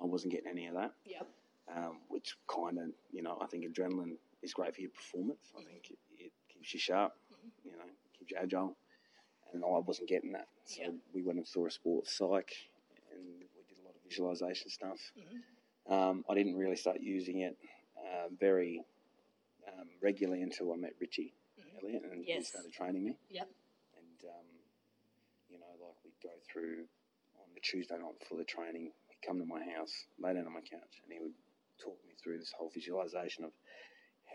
Speaker 2: I wasn't getting any of that
Speaker 3: Yep.
Speaker 2: um, which kind of, you know, I think adrenaline is great for your performance. I think it, it keeps you sharp, you know, keeps you agile. And I wasn't getting that. So
Speaker 3: Yeah.
Speaker 2: we went and saw a sports psych and we did a lot of visualization stuff.
Speaker 3: Mhm.
Speaker 2: Um, I didn't really start using it uh, very um, regularly until I met Richie
Speaker 3: Mhm.
Speaker 2: Elliott and he
Speaker 3: Yes.
Speaker 2: started training me.
Speaker 3: Yep.
Speaker 2: And, um, you know, like we'd go through on the Tuesday night before the training, he'd come to my house, lay down on my couch, and he would talk me through this whole visualization of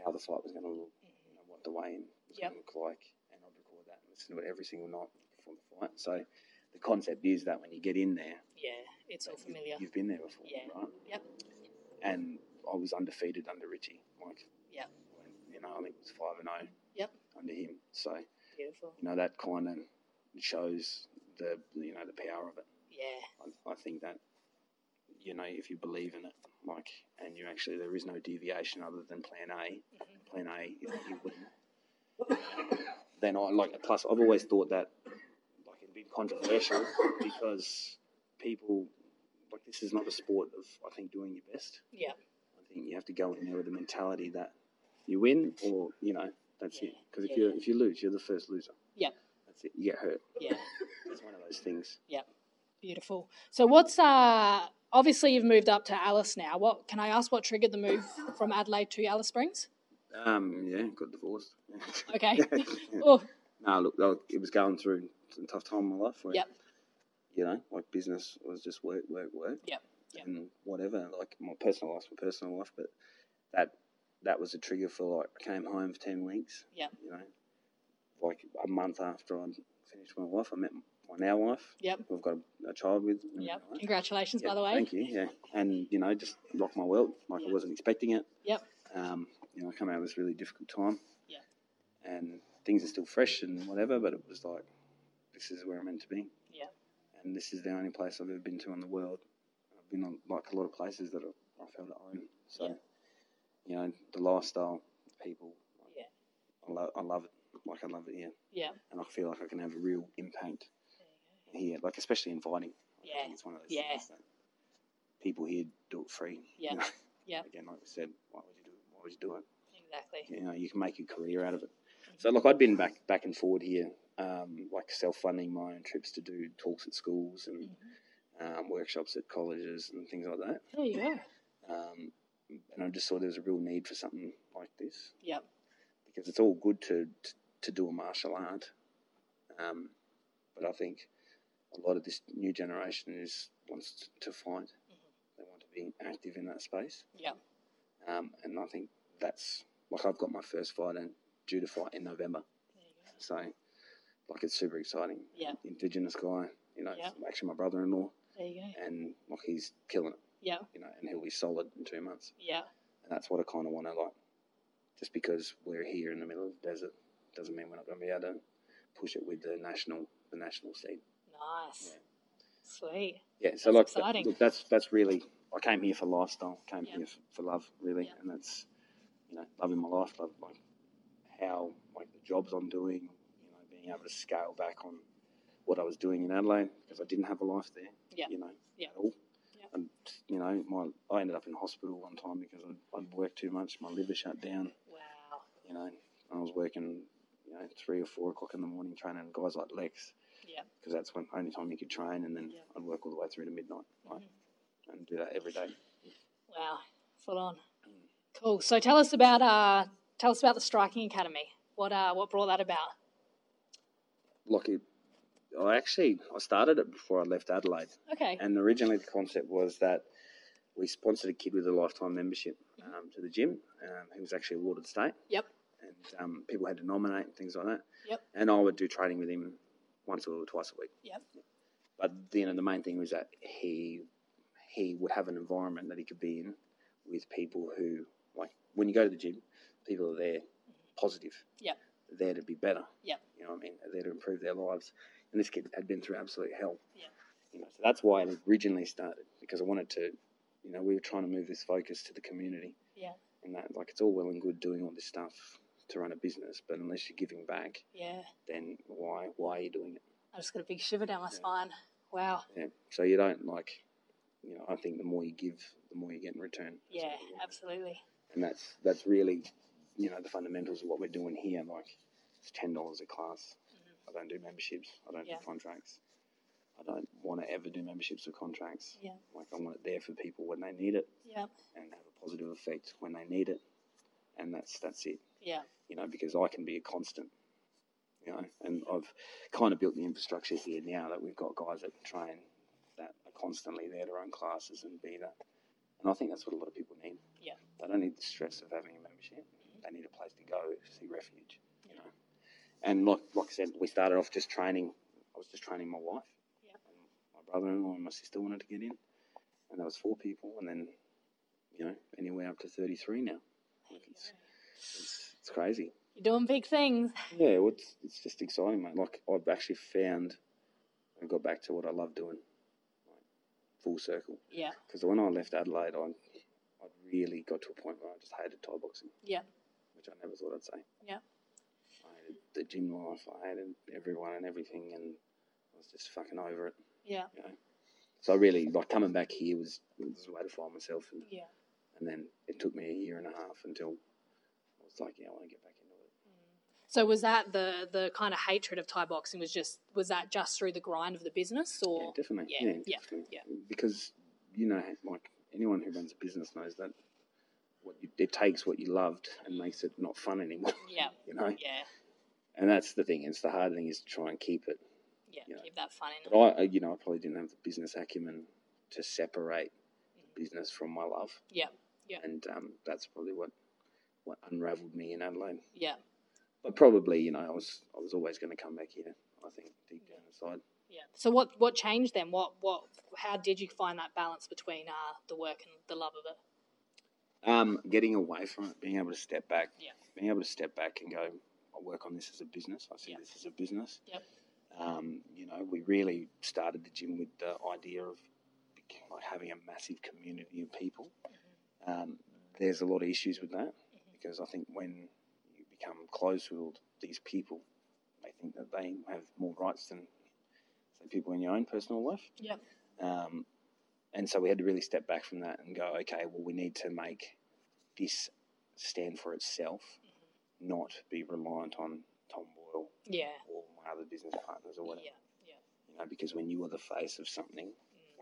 Speaker 2: how the fight was going to look,
Speaker 3: Mm-hmm.
Speaker 2: you know, what the weigh in was
Speaker 3: Yep.
Speaker 2: going to look like. And I'd record that and listen to it every single night before the fight. So the concept is that when you get in there,
Speaker 3: Yeah, it's all familiar.
Speaker 2: you've been there before,
Speaker 3: Yeah.
Speaker 2: right?
Speaker 3: Yep.
Speaker 2: And I was undefeated under Richie. Like,
Speaker 3: Yep.
Speaker 2: you know, I think it was five and zero.
Speaker 3: Yep.
Speaker 2: Under him, so
Speaker 3: Beautiful.
Speaker 2: you know that kind of shows the you know the power of it.
Speaker 3: Yeah.
Speaker 2: I, I think that you know if you believe in it, like, and you actually there is no deviation other than Plan A.
Speaker 3: Mhm.
Speaker 2: Plan A is that you wouldn't. Then I like. Plus, I've always thought that like it'd be controversial because people like this is not a sport of I think doing your best.
Speaker 3: Yeah.
Speaker 2: I think you have to go in there with the mentality that you win or you know that's it.
Speaker 3: Yeah,
Speaker 2: Because if
Speaker 3: yeah,
Speaker 2: you
Speaker 3: yeah.
Speaker 2: if you lose, you're the first loser.
Speaker 3: Yep.
Speaker 2: That's it. You get hurt.
Speaker 3: Yeah.
Speaker 2: It's one of those things.
Speaker 3: Beautiful. So what's uh obviously you've moved up to Alice now. What can I ask what triggered the move from Adelaide to Alice Springs?
Speaker 2: Um. Yeah. Got divorced.
Speaker 3: Okay. oh,
Speaker 2: no, look, like, it was going through some tough time in my life. Where,
Speaker 3: Yep.
Speaker 2: You know, like business was just work, work, work.
Speaker 3: Yep, yep.
Speaker 2: And whatever, like my personal life's my personal life, but that that was a trigger for like I came home for ten weeks.
Speaker 3: Yep.
Speaker 2: You know, like a month after I would finished my wife, I met my now wife.
Speaker 3: Yep.
Speaker 2: We've got a, a child with. and
Speaker 3: yep.
Speaker 2: everything, right?
Speaker 3: Congratulations
Speaker 2: Yeah,
Speaker 3: by the way.
Speaker 2: Thank you. Yeah, and you know, just rocked my world. Like
Speaker 3: Yeah.
Speaker 2: I wasn't expecting it.
Speaker 3: Yep.
Speaker 2: Um, you know, I come out of this really difficult time.
Speaker 3: Yeah.
Speaker 2: And things are still fresh and whatever, but it was like, this is where I'm meant to be.
Speaker 3: Yeah.
Speaker 2: And this is the only place I've ever been to in the world. I've been on like a lot of places that I, I felt at home. So,
Speaker 3: Yeah.
Speaker 2: you know, the lifestyle, the people. like,
Speaker 3: Yeah.
Speaker 2: I, lo- I love it. Like I love it here,
Speaker 3: Yeah.
Speaker 2: and I feel like I can have a real impact here. Like especially inviting. I
Speaker 3: Yeah.
Speaker 2: think It's one of those
Speaker 3: Yeah.
Speaker 2: things that people here do it free.
Speaker 3: Yeah.
Speaker 2: know?
Speaker 3: Yeah.
Speaker 2: Again, like we said, why would you do it? Why would you do it?
Speaker 3: Exactly.
Speaker 2: You know, you can make a career out of it. So, look, I'd been back back and forward here, um, like self funding my own trips to do talks at schools and
Speaker 3: Mm-hmm.
Speaker 2: um, workshops at colleges and things like that.
Speaker 3: There you go.
Speaker 2: Um, and I just saw there was a real need for something like this
Speaker 3: Yep.
Speaker 2: because it's all good to to, to do a martial art, um, but I think a lot of this new generation is wants to fight.
Speaker 3: Mm-hmm.
Speaker 2: They want to be active in that space,
Speaker 3: Yep.
Speaker 2: um, and I think that's like I've got my first fight and due to fight in November,
Speaker 3: There you go.
Speaker 2: so like it's super exciting.
Speaker 3: Yeah.
Speaker 2: Indigenous guy, you know,
Speaker 3: Yeah.
Speaker 2: actually my brother-in-law,
Speaker 3: There you go.
Speaker 2: and like he's killing it,
Speaker 3: Yeah.
Speaker 2: you know, and he'll be solid in two months
Speaker 3: Yeah.
Speaker 2: and that's what I kind of want to like. Just because we're here in the middle of the desert doesn't mean we're not going to be able to push it with the national the national scene.
Speaker 3: Nice.
Speaker 2: Yeah.
Speaker 3: Sweet.
Speaker 2: Yeah, so
Speaker 3: That's
Speaker 2: like
Speaker 3: exciting.
Speaker 2: look, that's that's really I came here for lifestyle, came
Speaker 3: Yeah.
Speaker 2: here for, for love, really,
Speaker 3: Yeah.
Speaker 2: and that's you know loving my life, love like how like the jobs I'm doing, you know, being able to scale back on what I was doing in Adelaide because I didn't have a life there,
Speaker 3: Yeah.
Speaker 2: you know,
Speaker 3: Yeah.
Speaker 2: at all.
Speaker 3: Yeah.
Speaker 2: And you know, my I ended up in hospital one time because I'd, I'd worked too much, my liver shut down
Speaker 3: Wow.
Speaker 2: you know, I was working, you know, three or four o'clock in the morning training guys like Lex
Speaker 3: Yeah.
Speaker 2: because that's when only time you could train, and then
Speaker 3: Yeah. Mm-hmm.
Speaker 2: I'd work all the way through to midnight, right? And do that every day.
Speaker 3: Wow. Full on.
Speaker 2: Mm.
Speaker 3: Cool. So tell us about uh tell us about the striking academy. What uh what brought that about?
Speaker 2: Like it, I actually I started it before I left Adelaide,
Speaker 3: Okay.
Speaker 2: and originally the concept was that we sponsored a kid with a lifetime membership
Speaker 3: Mm-hmm.
Speaker 2: um, to the gym, um, who was actually awarded state.
Speaker 3: Yep.
Speaker 2: and um, people had to nominate and things like that.
Speaker 3: Yep.
Speaker 2: And I would do training with him once or twice a week.
Speaker 3: Yep.
Speaker 2: But you know the main thing was that he he would have an environment that he could be in with people who like when you go to the gym, people are there positive.
Speaker 3: Yep.
Speaker 2: They're there to be better.
Speaker 3: Yep.
Speaker 2: You know what I mean? They're there to improve their lives. And this kid had been through absolute hell.
Speaker 3: Yep.
Speaker 2: You know, so that's why it originally started because I wanted to, you know, we were trying to move this focus to the community
Speaker 3: Yeah.
Speaker 2: and that like it's all well and good doing all this stuff to run a business, but unless you're giving back,
Speaker 3: Yeah.
Speaker 2: then why why are you doing it?
Speaker 3: I just got a big shiver down my
Speaker 2: Yeah.
Speaker 3: spine. Wow.
Speaker 2: Yeah. So you don't like, you know, I think the more you give, the more you get in return.
Speaker 3: Yeah, absolutely.
Speaker 2: And that's that's really, you know, the fundamentals of what we're doing here. Like, it's ten dollars a class. I don't do memberships. I don't
Speaker 3: Mm-hmm. Yeah.
Speaker 2: do contracts. I don't want to ever do memberships or contracts.
Speaker 3: Yeah.
Speaker 2: Like I want it there for people when they need it
Speaker 3: Yep.
Speaker 2: and have a positive effect when they need it. And that's that's it.
Speaker 3: Yeah.
Speaker 2: you know, because I can be a constant, you know, and I've kind of built the infrastructure here now that we've got guys that train that are constantly there to run classes and be that. And I think that's what a lot of people need.
Speaker 3: Yeah.
Speaker 2: They don't need the stress of having a membership. They need a place to go, see refuge, you know. And like, like I said, we started off just training. I was just training my wife. brother-in-law and my sister wanted to get in, and that was four people, and then you know anywhere up to thirty-three now. Like it's, it's it's crazy.
Speaker 3: You're doing big things.
Speaker 2: Yeah, well, it's it's just exciting, mate. Like I've actually found and got back to what I love doing, like, full circle.
Speaker 3: Yeah,
Speaker 2: Because when I left Adelaide, I I really got to a point where I just hated Thai boxing,
Speaker 3: yeah,
Speaker 2: which I never thought I'd say.
Speaker 3: yeah.
Speaker 2: I hated the gym life. I hated everyone and everything, and I was just fucking over it.
Speaker 3: Yeah,
Speaker 2: You know? So I really like coming back here was was a way to find myself, and,
Speaker 3: yeah.
Speaker 2: and then it took me a year and a half until I was like, yeah, I want to get back into it.
Speaker 3: So was that the the kind of hatred of Thai boxing was just was that just through the grind of the business
Speaker 2: Yeah,
Speaker 3: or
Speaker 2: definitely.
Speaker 3: yeah,
Speaker 2: Yeah,
Speaker 3: yeah,
Speaker 2: definitely.
Speaker 3: yeah.
Speaker 2: Because you know, like anyone who runs a business knows that what you, it takes what you loved and makes it not fun anymore.
Speaker 3: yeah,
Speaker 2: You know,
Speaker 3: yeah,
Speaker 2: and that's the thing. It's the hard thing is to try and keep it.
Speaker 3: yeah,
Speaker 2: Yeah.
Speaker 3: Keep that fun in.
Speaker 2: But I, I- you know, I probably didn't have the business acumen to separate business from my love,
Speaker 3: Yeah,
Speaker 2: and um, that's probably what what unravelled me in Adelaide.
Speaker 3: yeah,
Speaker 2: But probably, you know, I was I was always going to come back here. I think deep down inside.
Speaker 3: yeah. So what what changed then? What what how did you find that balance between uh the work and the love of it?
Speaker 2: Um, getting away from it, being able to step back,
Speaker 3: Yeah.
Speaker 2: being able to step back and go, I work on this as a business. I see
Speaker 3: Yeah.
Speaker 2: this as a business.
Speaker 3: Yep.
Speaker 2: Um, you know, we really started the gym with the idea of like having a massive community of people.
Speaker 3: Mm-hmm.
Speaker 2: Um, there's a lot of issues with that because I think when you become close with all these people, they think that they have more rights than say people in your own personal life.
Speaker 3: Yeah,
Speaker 2: Um, and so we had to really step back from that and go, okay, well, we need to make this stand for itself, not be reliant on Tom Boyle
Speaker 3: yeah,
Speaker 2: or my other business partners or
Speaker 3: yeah,
Speaker 2: whatever. You know, because when you are the face of something,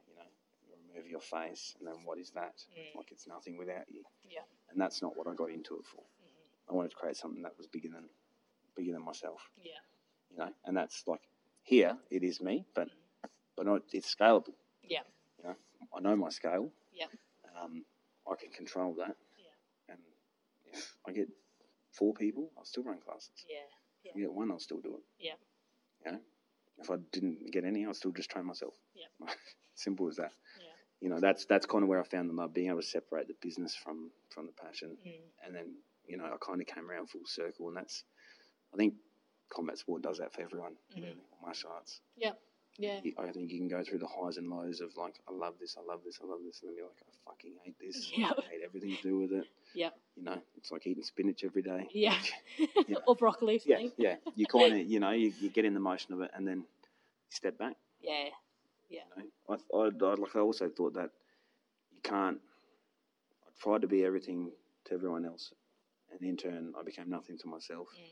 Speaker 2: you know, you remove your face, and then what is that?
Speaker 3: Mm.
Speaker 2: Like it's nothing without you.
Speaker 3: Yeah.
Speaker 2: And that's not what I got into it for.
Speaker 3: mm,
Speaker 2: I wanted to create something that was bigger than bigger than myself
Speaker 3: mm. yeah,
Speaker 2: you know, and that's like here it is me, but but not, it's scalable.
Speaker 3: Yeah.
Speaker 2: you know, I know my scale.
Speaker 3: Yeah.
Speaker 2: um, I can control that.
Speaker 3: Yeah.
Speaker 2: and if I get four people, I'll still run classes.
Speaker 3: yeah,
Speaker 2: If I get one, I'll still do it.
Speaker 3: Yeah.
Speaker 2: you know, if I didn't get any, I'll still just train myself.
Speaker 3: Yeah.
Speaker 2: simple as that.
Speaker 3: Yeah.
Speaker 2: You know, that's that's kind of where I found the love, being able to separate the business from from the passion,
Speaker 3: Mm.
Speaker 2: and then you know I kind of came around full circle, and that's I think combat sport does that for everyone.
Speaker 3: Mhm.
Speaker 2: Really, or martial arts.
Speaker 3: yeah,
Speaker 2: You- I think you can go through the highs and lows of like, I love this, I love this, I love this, and then be like, I fucking hate this.
Speaker 3: Yeah.
Speaker 2: I hate everything to do with it.
Speaker 3: Yeah.
Speaker 2: You know, it's like eating spinach every day.
Speaker 3: yeah,
Speaker 2: Yeah.
Speaker 3: or broccoli.
Speaker 2: Yeah,
Speaker 3: thing.
Speaker 2: yeah. You kind of, you know, you, you get in the motion of it, and then you step back.
Speaker 3: yeah,
Speaker 2: You know, I, I, I like. I also thought that you can't. I tried to be everything to everyone else, and in turn, I became nothing to myself.
Speaker 3: Mm.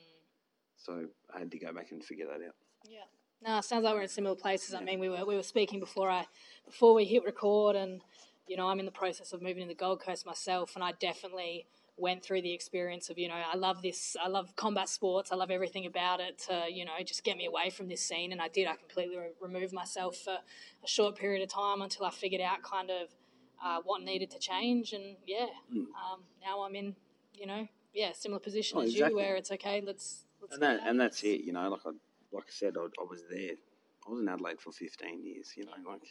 Speaker 2: So I had to go back and figure that out.
Speaker 3: Yeah. No, it sounds like we're in similar places. I
Speaker 2: Yeah.
Speaker 3: mean, we were we were speaking before I before we hit record, and you know, I'm in the process of moving to the Gold Coast myself, and I definitely went through the experience of you know, I love this, I love combat sports, I love everything about it. To you know, just get me away from this scene, and I did. I completely re- removed myself for a short period of time until I figured out kind of uh, what needed to change, and yeah,
Speaker 2: Mm.
Speaker 3: um, now I'm in you know, yeah, similar position
Speaker 2: Oh,
Speaker 3: as
Speaker 2: exactly.
Speaker 3: you, where it's okay. Let's let's
Speaker 2: and that
Speaker 3: go
Speaker 2: and that's
Speaker 3: backwards.
Speaker 2: it. You know, like I like I said, I, I was there. I was in Adelaide for fifteen years. You know, like,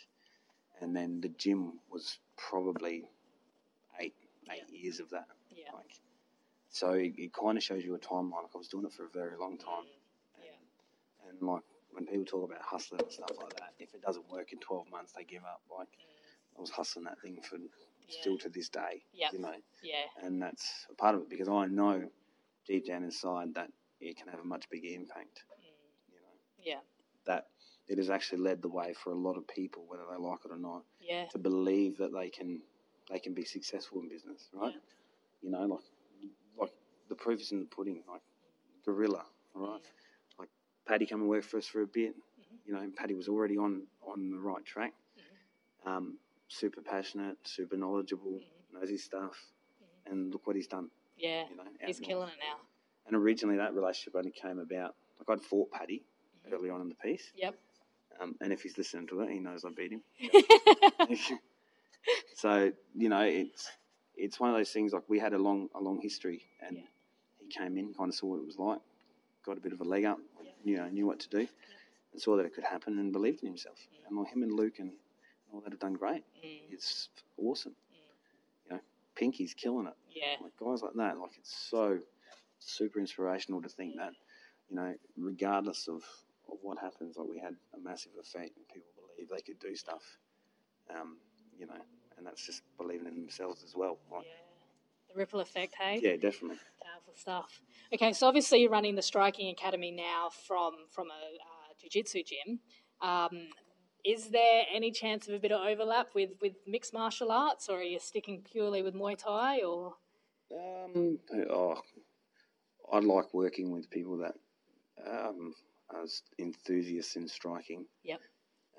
Speaker 2: and then the gym was probably eight eight years of that.
Speaker 3: Yeah.
Speaker 2: Like, so it, it kind of shows you a timeline. Like I was doing it for a very long time. And, and like when people talk about hustling and stuff like that, if it doesn't work in twelve months, they give up. Like I was hustling that thing for still to this day.
Speaker 3: Yep.
Speaker 2: You know,
Speaker 3: Yeah.
Speaker 2: and that's a part of it because I know deep down inside that it can have a much bigger impact. You know.
Speaker 3: Mm. Yeah,
Speaker 2: that it has actually led the way for a lot of people, whether they like it or not,
Speaker 3: yeah,
Speaker 2: to believe that they can they can be successful in business, right?
Speaker 3: Yeah.
Speaker 2: You know, like like the proof is in the pudding, like Gorilla, right?
Speaker 3: Mm-hmm.
Speaker 2: Like Paddy come and work for us for a bit, you know, and Paddy was already on on the right track.
Speaker 3: Mm-hmm.
Speaker 2: Um, super passionate, super knowledgeable, knows his stuff, and look what he's done.
Speaker 3: yeah.
Speaker 2: You know,
Speaker 3: Mm-hmm. He's
Speaker 2: out-
Speaker 3: killing it now.
Speaker 2: And originally, that relationship only came about like I'd fought Paddy
Speaker 3: Mm-hmm.
Speaker 2: early on in the piece.
Speaker 3: Yep.
Speaker 2: Um, and if he's listening to it, he knows I beat him. so you know, it's it's one of those things. Like we had a long a long history, and
Speaker 3: Yeah.
Speaker 2: he came in, kind of saw what it was like, got a bit of a leg up, you know, knew what to do, and saw that it could happen and believed in himself. And well, him and Luke and all that have done great.
Speaker 3: Mm.
Speaker 2: It's awesome. You know, Pinky's killing it.
Speaker 3: Yeah.
Speaker 2: Like guys like that, like it's so super inspirational to think that, you know, regardless of, of what happens, like we had a massive effect and people believe they could do stuff. Um, you know, and that's just believing in themselves as well. Like,
Speaker 3: The ripple effect, hey?
Speaker 2: yeah, definitely.
Speaker 3: Powerful stuff. Okay, so obviously you're running the striking academy now from from a uh, jiu-jitsu gym. Um, is there any chance of a bit of overlap with with mixed martial arts, or are you sticking purely with Muay Thai? Or
Speaker 2: Um, oh, I like working with people that um, are s- enthusiasts in striking.
Speaker 3: Yep.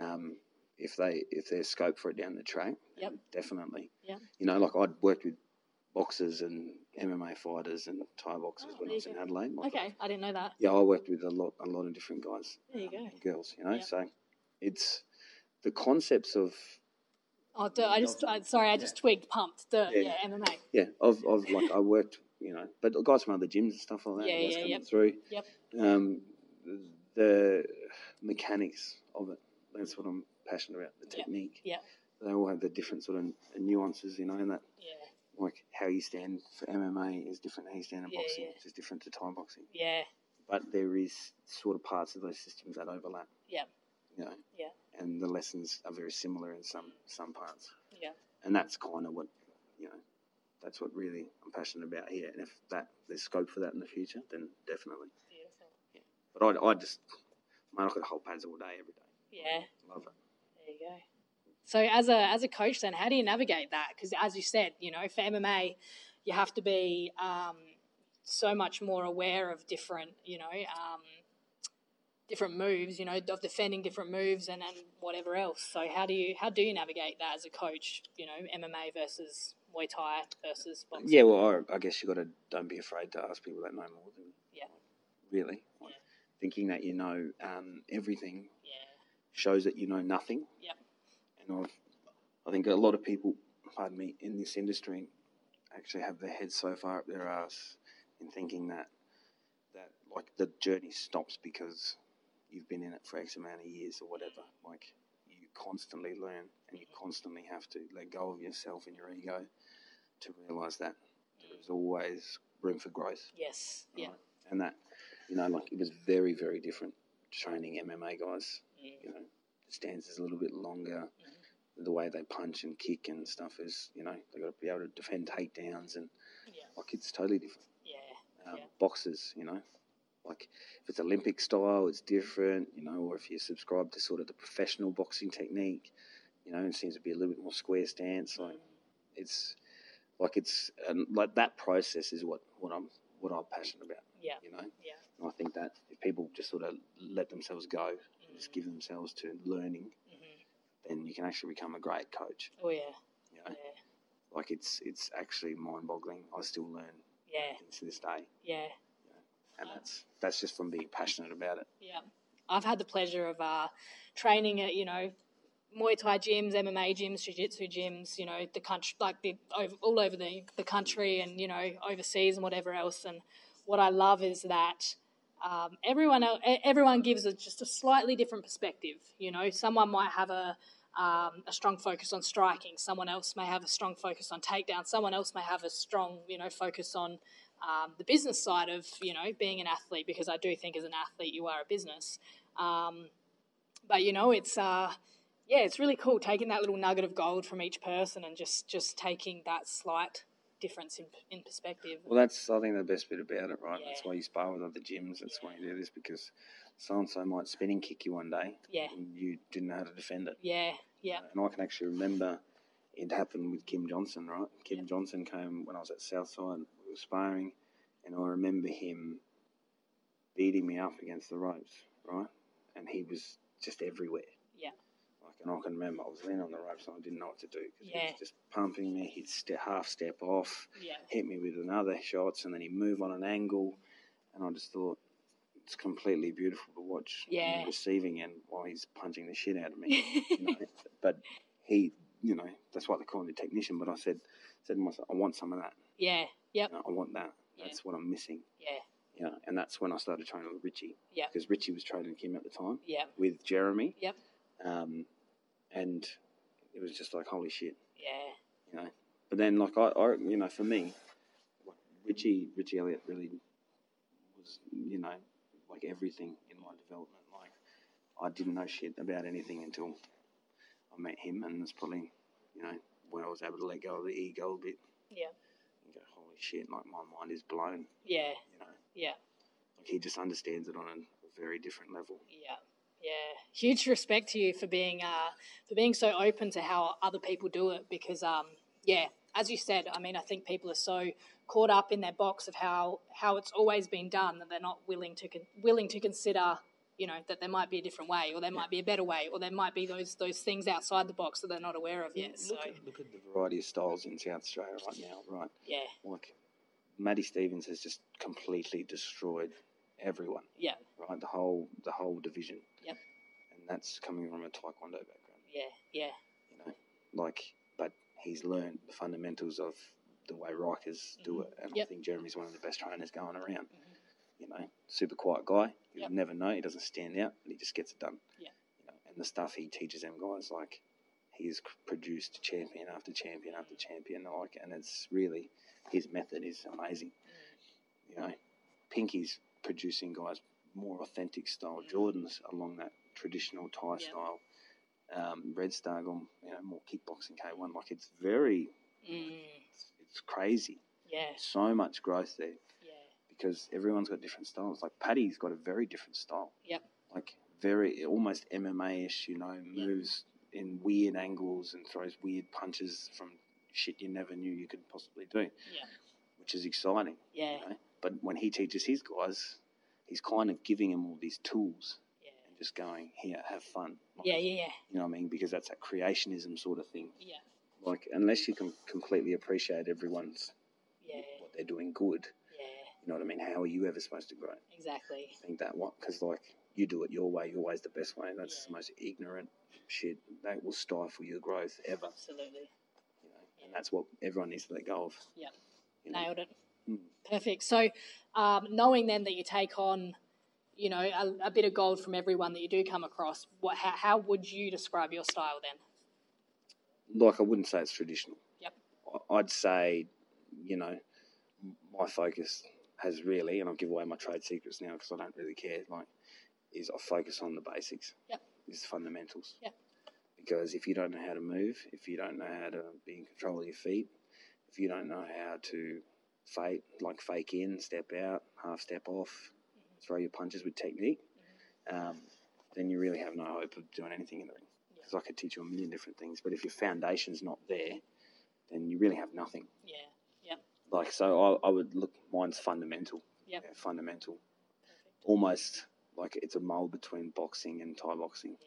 Speaker 2: Um, if they if there's scope for it down the track,
Speaker 3: Yep.
Speaker 2: then definitely.
Speaker 3: Yep.
Speaker 2: You know, like I'd worked with boxers and MMA fighters and Thai boxers
Speaker 3: Oh,
Speaker 2: when I
Speaker 3: there
Speaker 2: was
Speaker 3: you
Speaker 2: in
Speaker 3: go.
Speaker 2: Adelaide. Like,
Speaker 3: okay, I didn't know that.
Speaker 2: Yeah, I worked with a lot a lot of different guys,
Speaker 3: There you go.
Speaker 2: and girls. You know,
Speaker 3: Yep.
Speaker 2: so it's the concepts of
Speaker 3: Oh, dirt. I just I, sorry, I just twigged pumped dirt.
Speaker 2: Yeah,
Speaker 3: Yeah, MMA.
Speaker 2: Yeah, I've, I've like I worked, you know, but guys from other gyms and stuff like that.
Speaker 3: Yeah,
Speaker 2: guys
Speaker 3: yeah,
Speaker 2: coming
Speaker 3: yep.
Speaker 2: through.
Speaker 3: Yep.
Speaker 2: Um, the mechanics of it. That's what I'm passionate about. The
Speaker 3: Yep,
Speaker 2: technique.
Speaker 3: yep.
Speaker 2: They all have the different sort of nuances, you know, and that
Speaker 3: Yeah,
Speaker 2: like how you stand for MMA is different. How you stand in
Speaker 3: Yeah,
Speaker 2: boxing
Speaker 3: yeah.
Speaker 2: is different to time boxing.
Speaker 3: yeah,
Speaker 2: But there is sort of parts of those systems that overlap.
Speaker 3: Yep.
Speaker 2: You know.
Speaker 3: Yeah.
Speaker 2: And the lessons are very similar in some some parts
Speaker 3: yeah.
Speaker 2: and that's kind of what you know that's what really I'm passionate about here and if that there's scope for that in the future then definitely
Speaker 3: Beautiful.
Speaker 2: but I, I just man I could hold pads all day every day
Speaker 3: Yeah.
Speaker 2: love it
Speaker 3: There you go. So as a as a coach, then how do you navigate that? Because as you said, you know, for MMA, you have to be um, so much more aware of different, you know, um, different moves, you know, of defending different moves and, and whatever else. So how do you how do you navigate that as a coach? You know, MMA versus Muay Thai versus boxing.
Speaker 2: yeah well I, I guess you got to don't be afraid to ask people that know more than you.
Speaker 3: Yeah.
Speaker 2: really Like,
Speaker 3: Yeah.
Speaker 2: thinking that you know um, everything
Speaker 3: yeah,
Speaker 2: shows that you know nothing
Speaker 3: Yep.
Speaker 2: and I've, I think a lot of people pardon me in this industry actually have their heads so far up their ass in thinking that that like the journey stops because you've been in it for X amount of years or whatever. Like you constantly learn and you constantly have to let go of yourself and your ego to realize that there is always room for growth.
Speaker 3: yes, yeah,
Speaker 2: right? And that, you know, like it was very, very different training MMA guys.
Speaker 3: Mm.
Speaker 2: You know, the stance is a little bit longer. The way they punch and kick and stuff is, you know, they got to be able to defend takedowns and
Speaker 3: yeah,
Speaker 2: like it's totally different
Speaker 3: yeah,
Speaker 2: um,
Speaker 3: Yeah.
Speaker 2: boxes, you know. Like if it's Olympic style, it's different, you know, or if you subscribe to sort of the professional boxing technique, you know, it seems to be a little bit more square stance. Like
Speaker 3: Mm.
Speaker 2: it's like it's and like that process is what what I'm what I'm passionate about,
Speaker 3: yeah,
Speaker 2: you know.
Speaker 3: yeah.
Speaker 2: And I think that if people just sort of let themselves go, and just
Speaker 3: Mm.
Speaker 2: give themselves to learning,
Speaker 3: Mhm.
Speaker 2: then you can actually become a great coach.
Speaker 3: Oh yeah,
Speaker 2: You
Speaker 3: yeah,
Speaker 2: know, like it's it's actually mind boggling. I still learn
Speaker 3: yeah,
Speaker 2: things to this day,
Speaker 3: yeah.
Speaker 2: and
Speaker 3: Yeah.
Speaker 2: that's that's just from being passionate about it.
Speaker 3: Yeah, I've had the pleasure of uh, training at you know Muay Thai gyms, MMA gyms, Jiu Jitsu gyms, you know the country like the over, all over the the country and you know overseas and whatever else. And what I love is that. Um, everyone el- e- everyone gives a, just a slightly different perspective. You know, someone might have a um, a strong focus on striking. Someone else may have a strong focus on takedown. Someone else may have a strong you know focus on um, the business side of you know being an athlete because I do think as an athlete you are a business. Um, but you know it's uh, yeah it's really cool taking that little nugget of gold from each person and just just taking that slight difference in, in perspective.
Speaker 2: Well, that's I think the best bit about it, right? That's
Speaker 3: Yeah.
Speaker 2: why you spar with other gyms. That's why
Speaker 3: Yeah.
Speaker 2: you do this because so and so might spinning kick you one day,
Speaker 3: Yeah.
Speaker 2: and you didn't know how to defend it.
Speaker 3: Yeah, yeah,
Speaker 2: And I can actually remember it happened with Kim Johnson, right? Kim
Speaker 3: Yeah.
Speaker 2: Johnson came when I was at Southside. We were sparring, and I remember him beating me up against the ropes, right? And he was just everywhere.
Speaker 3: Yeah.
Speaker 2: Like, and I can remember I was leaning on the ropes and I didn't know what to do 'cause he
Speaker 3: Yeah.
Speaker 2: was just pumping me. He'd st- half step off
Speaker 3: yeah,
Speaker 2: hit me with another shots and then he move on an angle and I just thought it's completely beautiful to watch on the
Speaker 3: Yeah.
Speaker 2: receiving end while he's punching the shit out of me. you
Speaker 3: yeah,
Speaker 2: know? But he you know, that's why they call him the technician, but I said said to myself, I want some of that.
Speaker 3: yeah, yep,
Speaker 2: You know, I want that.
Speaker 3: Yeah.
Speaker 2: That's what I'm missing.
Speaker 3: yeah,
Speaker 2: You know, and and that's when I started training with Richie.
Speaker 3: Yeah.
Speaker 2: Because Richie was training Kim at the time
Speaker 3: Yeah.
Speaker 2: with Jeremy.
Speaker 3: Yep.
Speaker 2: Um, and it was just like holy shit,
Speaker 3: Yeah.
Speaker 2: you know. But then like I, I you know, for me, like Richie Richie Elliott really was, you know, like everything in my development. Like I didn't know shit about anything until I met him and that's probably, you know, when I was able to let go of the ego a bit.
Speaker 3: Yeah.
Speaker 2: And go, holy shit, like my mind is blown,
Speaker 3: Yeah.
Speaker 2: you know.
Speaker 3: Yeah.
Speaker 2: Like he just understands it on a very different level.
Speaker 3: Yeah, yeah. Huge respect to you for being uh, for being so open to how other people do it because um, yeah, as you said, I mean, I think people are so caught up in their box of how how it's always been done that they're not willing to con- willing to consider you know that there might be a different way or there might be a better way or there might be those those things outside the box that they're not aware of yet. So
Speaker 2: Look at, look at the variety of styles in South Australia right now, right?
Speaker 3: yeah,
Speaker 2: Like, Maddie Stevens has just completely destroyed everyone,
Speaker 3: yeah,
Speaker 2: right? The whole the whole division.
Speaker 3: Yep.
Speaker 2: And that's coming from a Taekwondo background,
Speaker 3: yeah, yeah,
Speaker 2: you know. Like, but he's learned the fundamentals of the way Rikers do it, and
Speaker 3: Mm-hmm. Yep.
Speaker 2: I think Jeremy's one of the best trainers going around. You know, super quiet guy. You
Speaker 3: Yep.
Speaker 2: never know. He doesn't stand out, but he just gets it done.
Speaker 3: Yeah.
Speaker 2: You know, and the stuff he teaches them guys, like he's c- produced champion after champion after champion, like, and it's really his method is amazing. You know, Pinky's producing guys more authentic style Jordans along that traditional Thai
Speaker 3: Mm. Yeah.
Speaker 2: style. Um, Red Star gone, you know, more kickboxing K1. Like it's very,
Speaker 3: mm,
Speaker 2: it's, it's crazy.
Speaker 3: yeah,
Speaker 2: So much growth there
Speaker 3: yeah,
Speaker 2: because everyone's got different styles. Like Paddy's got a very different style.
Speaker 3: Yep.
Speaker 2: Like very almost MMA ish, you know, moves in weird angles and throws weird punches from shit you never knew you could possibly do.
Speaker 3: Yeah.
Speaker 2: Which is exciting.
Speaker 3: yeah,
Speaker 2: You know? But when he teaches his guys, he's kind of giving them all these tools and just going, here, have fun. Like,
Speaker 3: yeah, yeah, yeah,
Speaker 2: You know what I mean? Because that's that creationism sort of thing.
Speaker 3: yeah,
Speaker 2: Like, unless you can completely appreciate everyone's
Speaker 3: yeah,
Speaker 2: what they're doing good,
Speaker 3: yeah,
Speaker 2: you know what I mean? How are you ever supposed to grow?
Speaker 3: exactly.
Speaker 2: think that one because like you do it your way, your way's the best way. That's
Speaker 3: Yeah.
Speaker 2: the most ignorant shit that will stifle your growth ever.
Speaker 3: Absolutely.
Speaker 2: You know? And that's what everyone needs to let go of.
Speaker 3: Yeah.
Speaker 2: You know?
Speaker 3: Nailed it.
Speaker 2: Mm.
Speaker 3: Perfect. So, um, knowing then that you take on, you know, a, a bit of gold from everyone that you do come across, what how, how would you describe your style then?
Speaker 2: Like I wouldn't say it's traditional.
Speaker 3: Yep.
Speaker 2: I- I'd say, you know, m- my focus has really, and I'll give away my trade secrets now because I don't really care. Like, is I focus on the basics.
Speaker 3: Yep.
Speaker 2: Is the fundamentals.
Speaker 3: Yep.
Speaker 2: Because if you don't know how to move, if you don't know how to be in control of your feet, if you don't know how to fake, like fake in, step out, half step off,
Speaker 3: Mm-hmm.
Speaker 2: throw your punches with technique, um, then you really have no hope of doing anything in the ring.
Speaker 3: Yeah.
Speaker 2: Because I could teach you a million different things, but if your foundation's not there, then you really have nothing.
Speaker 3: Yeah.
Speaker 2: Like so, I, I would look. Mine's fundamental.
Speaker 3: Yep.
Speaker 2: Yeah, fundamental.
Speaker 3: Perfect.
Speaker 2: Almost like it's a mold between boxing and Thai boxing.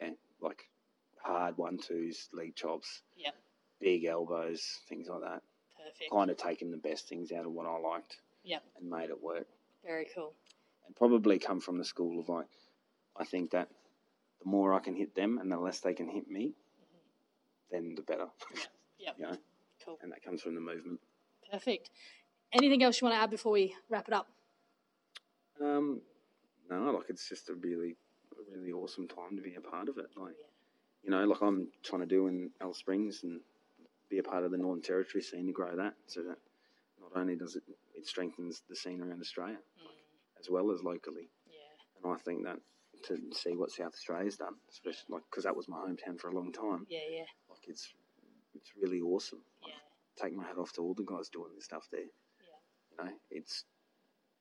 Speaker 2: Yeah. Like hard one twos, leg chops.
Speaker 3: Yep.
Speaker 2: Big elbows, things like that.
Speaker 3: Perfect.
Speaker 2: Kind of taking the best things out of what I liked.
Speaker 3: Yep.
Speaker 2: And made it work.
Speaker 3: Very cool.
Speaker 2: And probably come from the school of like, I think that the more I can hit them and the less they can hit me, then the better.
Speaker 3: Yep.
Speaker 2: you know,
Speaker 3: Cool.
Speaker 2: and that comes from the movement.
Speaker 3: Perfect. Anything else you want to add before we wrap it up?
Speaker 2: Um, no, like it's just a really, a really awesome time to be a part of it. Like,
Speaker 3: Yeah.
Speaker 2: you know, like I'm trying to do in Alice Springs and be a part of the Northern Territory scene to grow that, so that not only does it it strengthens the scene around Australia
Speaker 3: Mm.
Speaker 2: as well as locally.
Speaker 3: Yeah.
Speaker 2: And I think that to see what South Australia's done, especially like because that was my hometown for a long time,
Speaker 3: Yeah. Yeah.
Speaker 2: like it's it's really awesome.
Speaker 3: Yeah.
Speaker 2: Take my hat off to all the guys doing this stuff there. You know, it's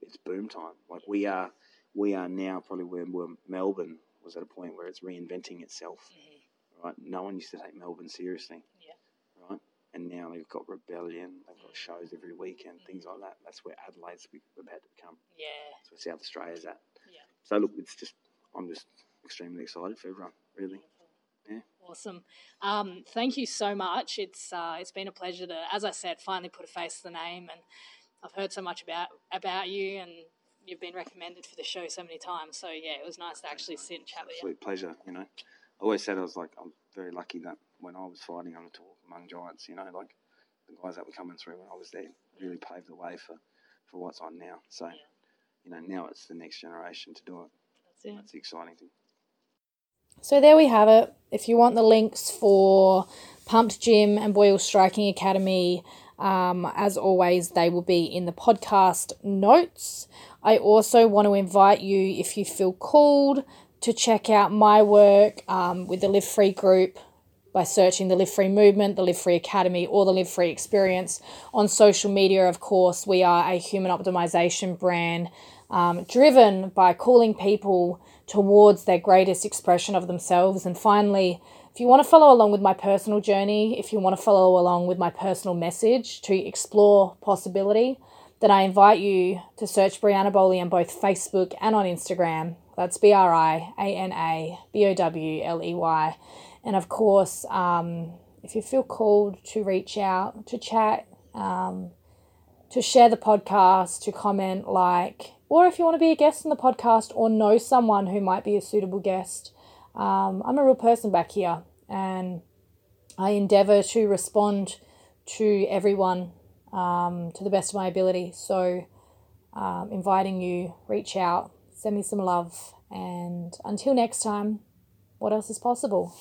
Speaker 2: it's boom time. Like we are we are now probably where, where Melbourne was at a point where it's reinventing itself.
Speaker 3: Mhm.
Speaker 2: Right, no one used to take Melbourne seriously.
Speaker 3: Yeah. Mm.
Speaker 2: Right, and now they've got Rebellion, they've got shows every weekend, things like that. That's where Adelaide's be- about to become.
Speaker 3: Yeah.
Speaker 2: That's where South Australia's at.
Speaker 3: Yeah.
Speaker 2: So look, it's just I'm just extremely excited for everyone. Really, Yeah.
Speaker 3: Awesome. Um, thank you so much. It's uh, it's been a pleasure to, as I said, finally put a face to the name, and I've heard so much about about you, and you've been recommended for the show so many times. So yeah, it was nice to actually sit and chat with you.
Speaker 2: absolute pleasure. You know, I always said I was like I'm very lucky that when I was fighting, I was taught among giants. You know, like the guys that were coming through when I was there really paved the way for for what's on now. So
Speaker 3: Yeah.
Speaker 2: you know, now it's the next generation to do it.
Speaker 4: That's it.
Speaker 2: That's the exciting thing.
Speaker 3: So there we have it. If you want the links for Pumped Gym and Boyle Striking Academy, um, as always, they will be in the podcast notes. I also want to invite you, if you feel called, to check out my work um, with the Live Free group by searching the Live Free Movement, the Live Free Academy, or the Live Free Experience. On social media, of course, we are a human optimization brand um, driven by calling people towards their greatest expression of themselves. And finally, if you want to follow along with my personal journey, if you want to follow along with my personal message to explore possibility, then I invite you to search Brianna Bowley on both Facebook and on Instagram. That's B R I A N A B O W L E Y. And of course, um, if you feel called to reach out, to chat, um, to share the podcast, to comment, like, or if you want to be a guest on the podcast or know someone who might be a suitable guest, um, I'm a real person back here and I endeavor to respond to everyone um, to the best of my ability. So, um, inviting you, reach out, send me some love, and until next time, what else is possible?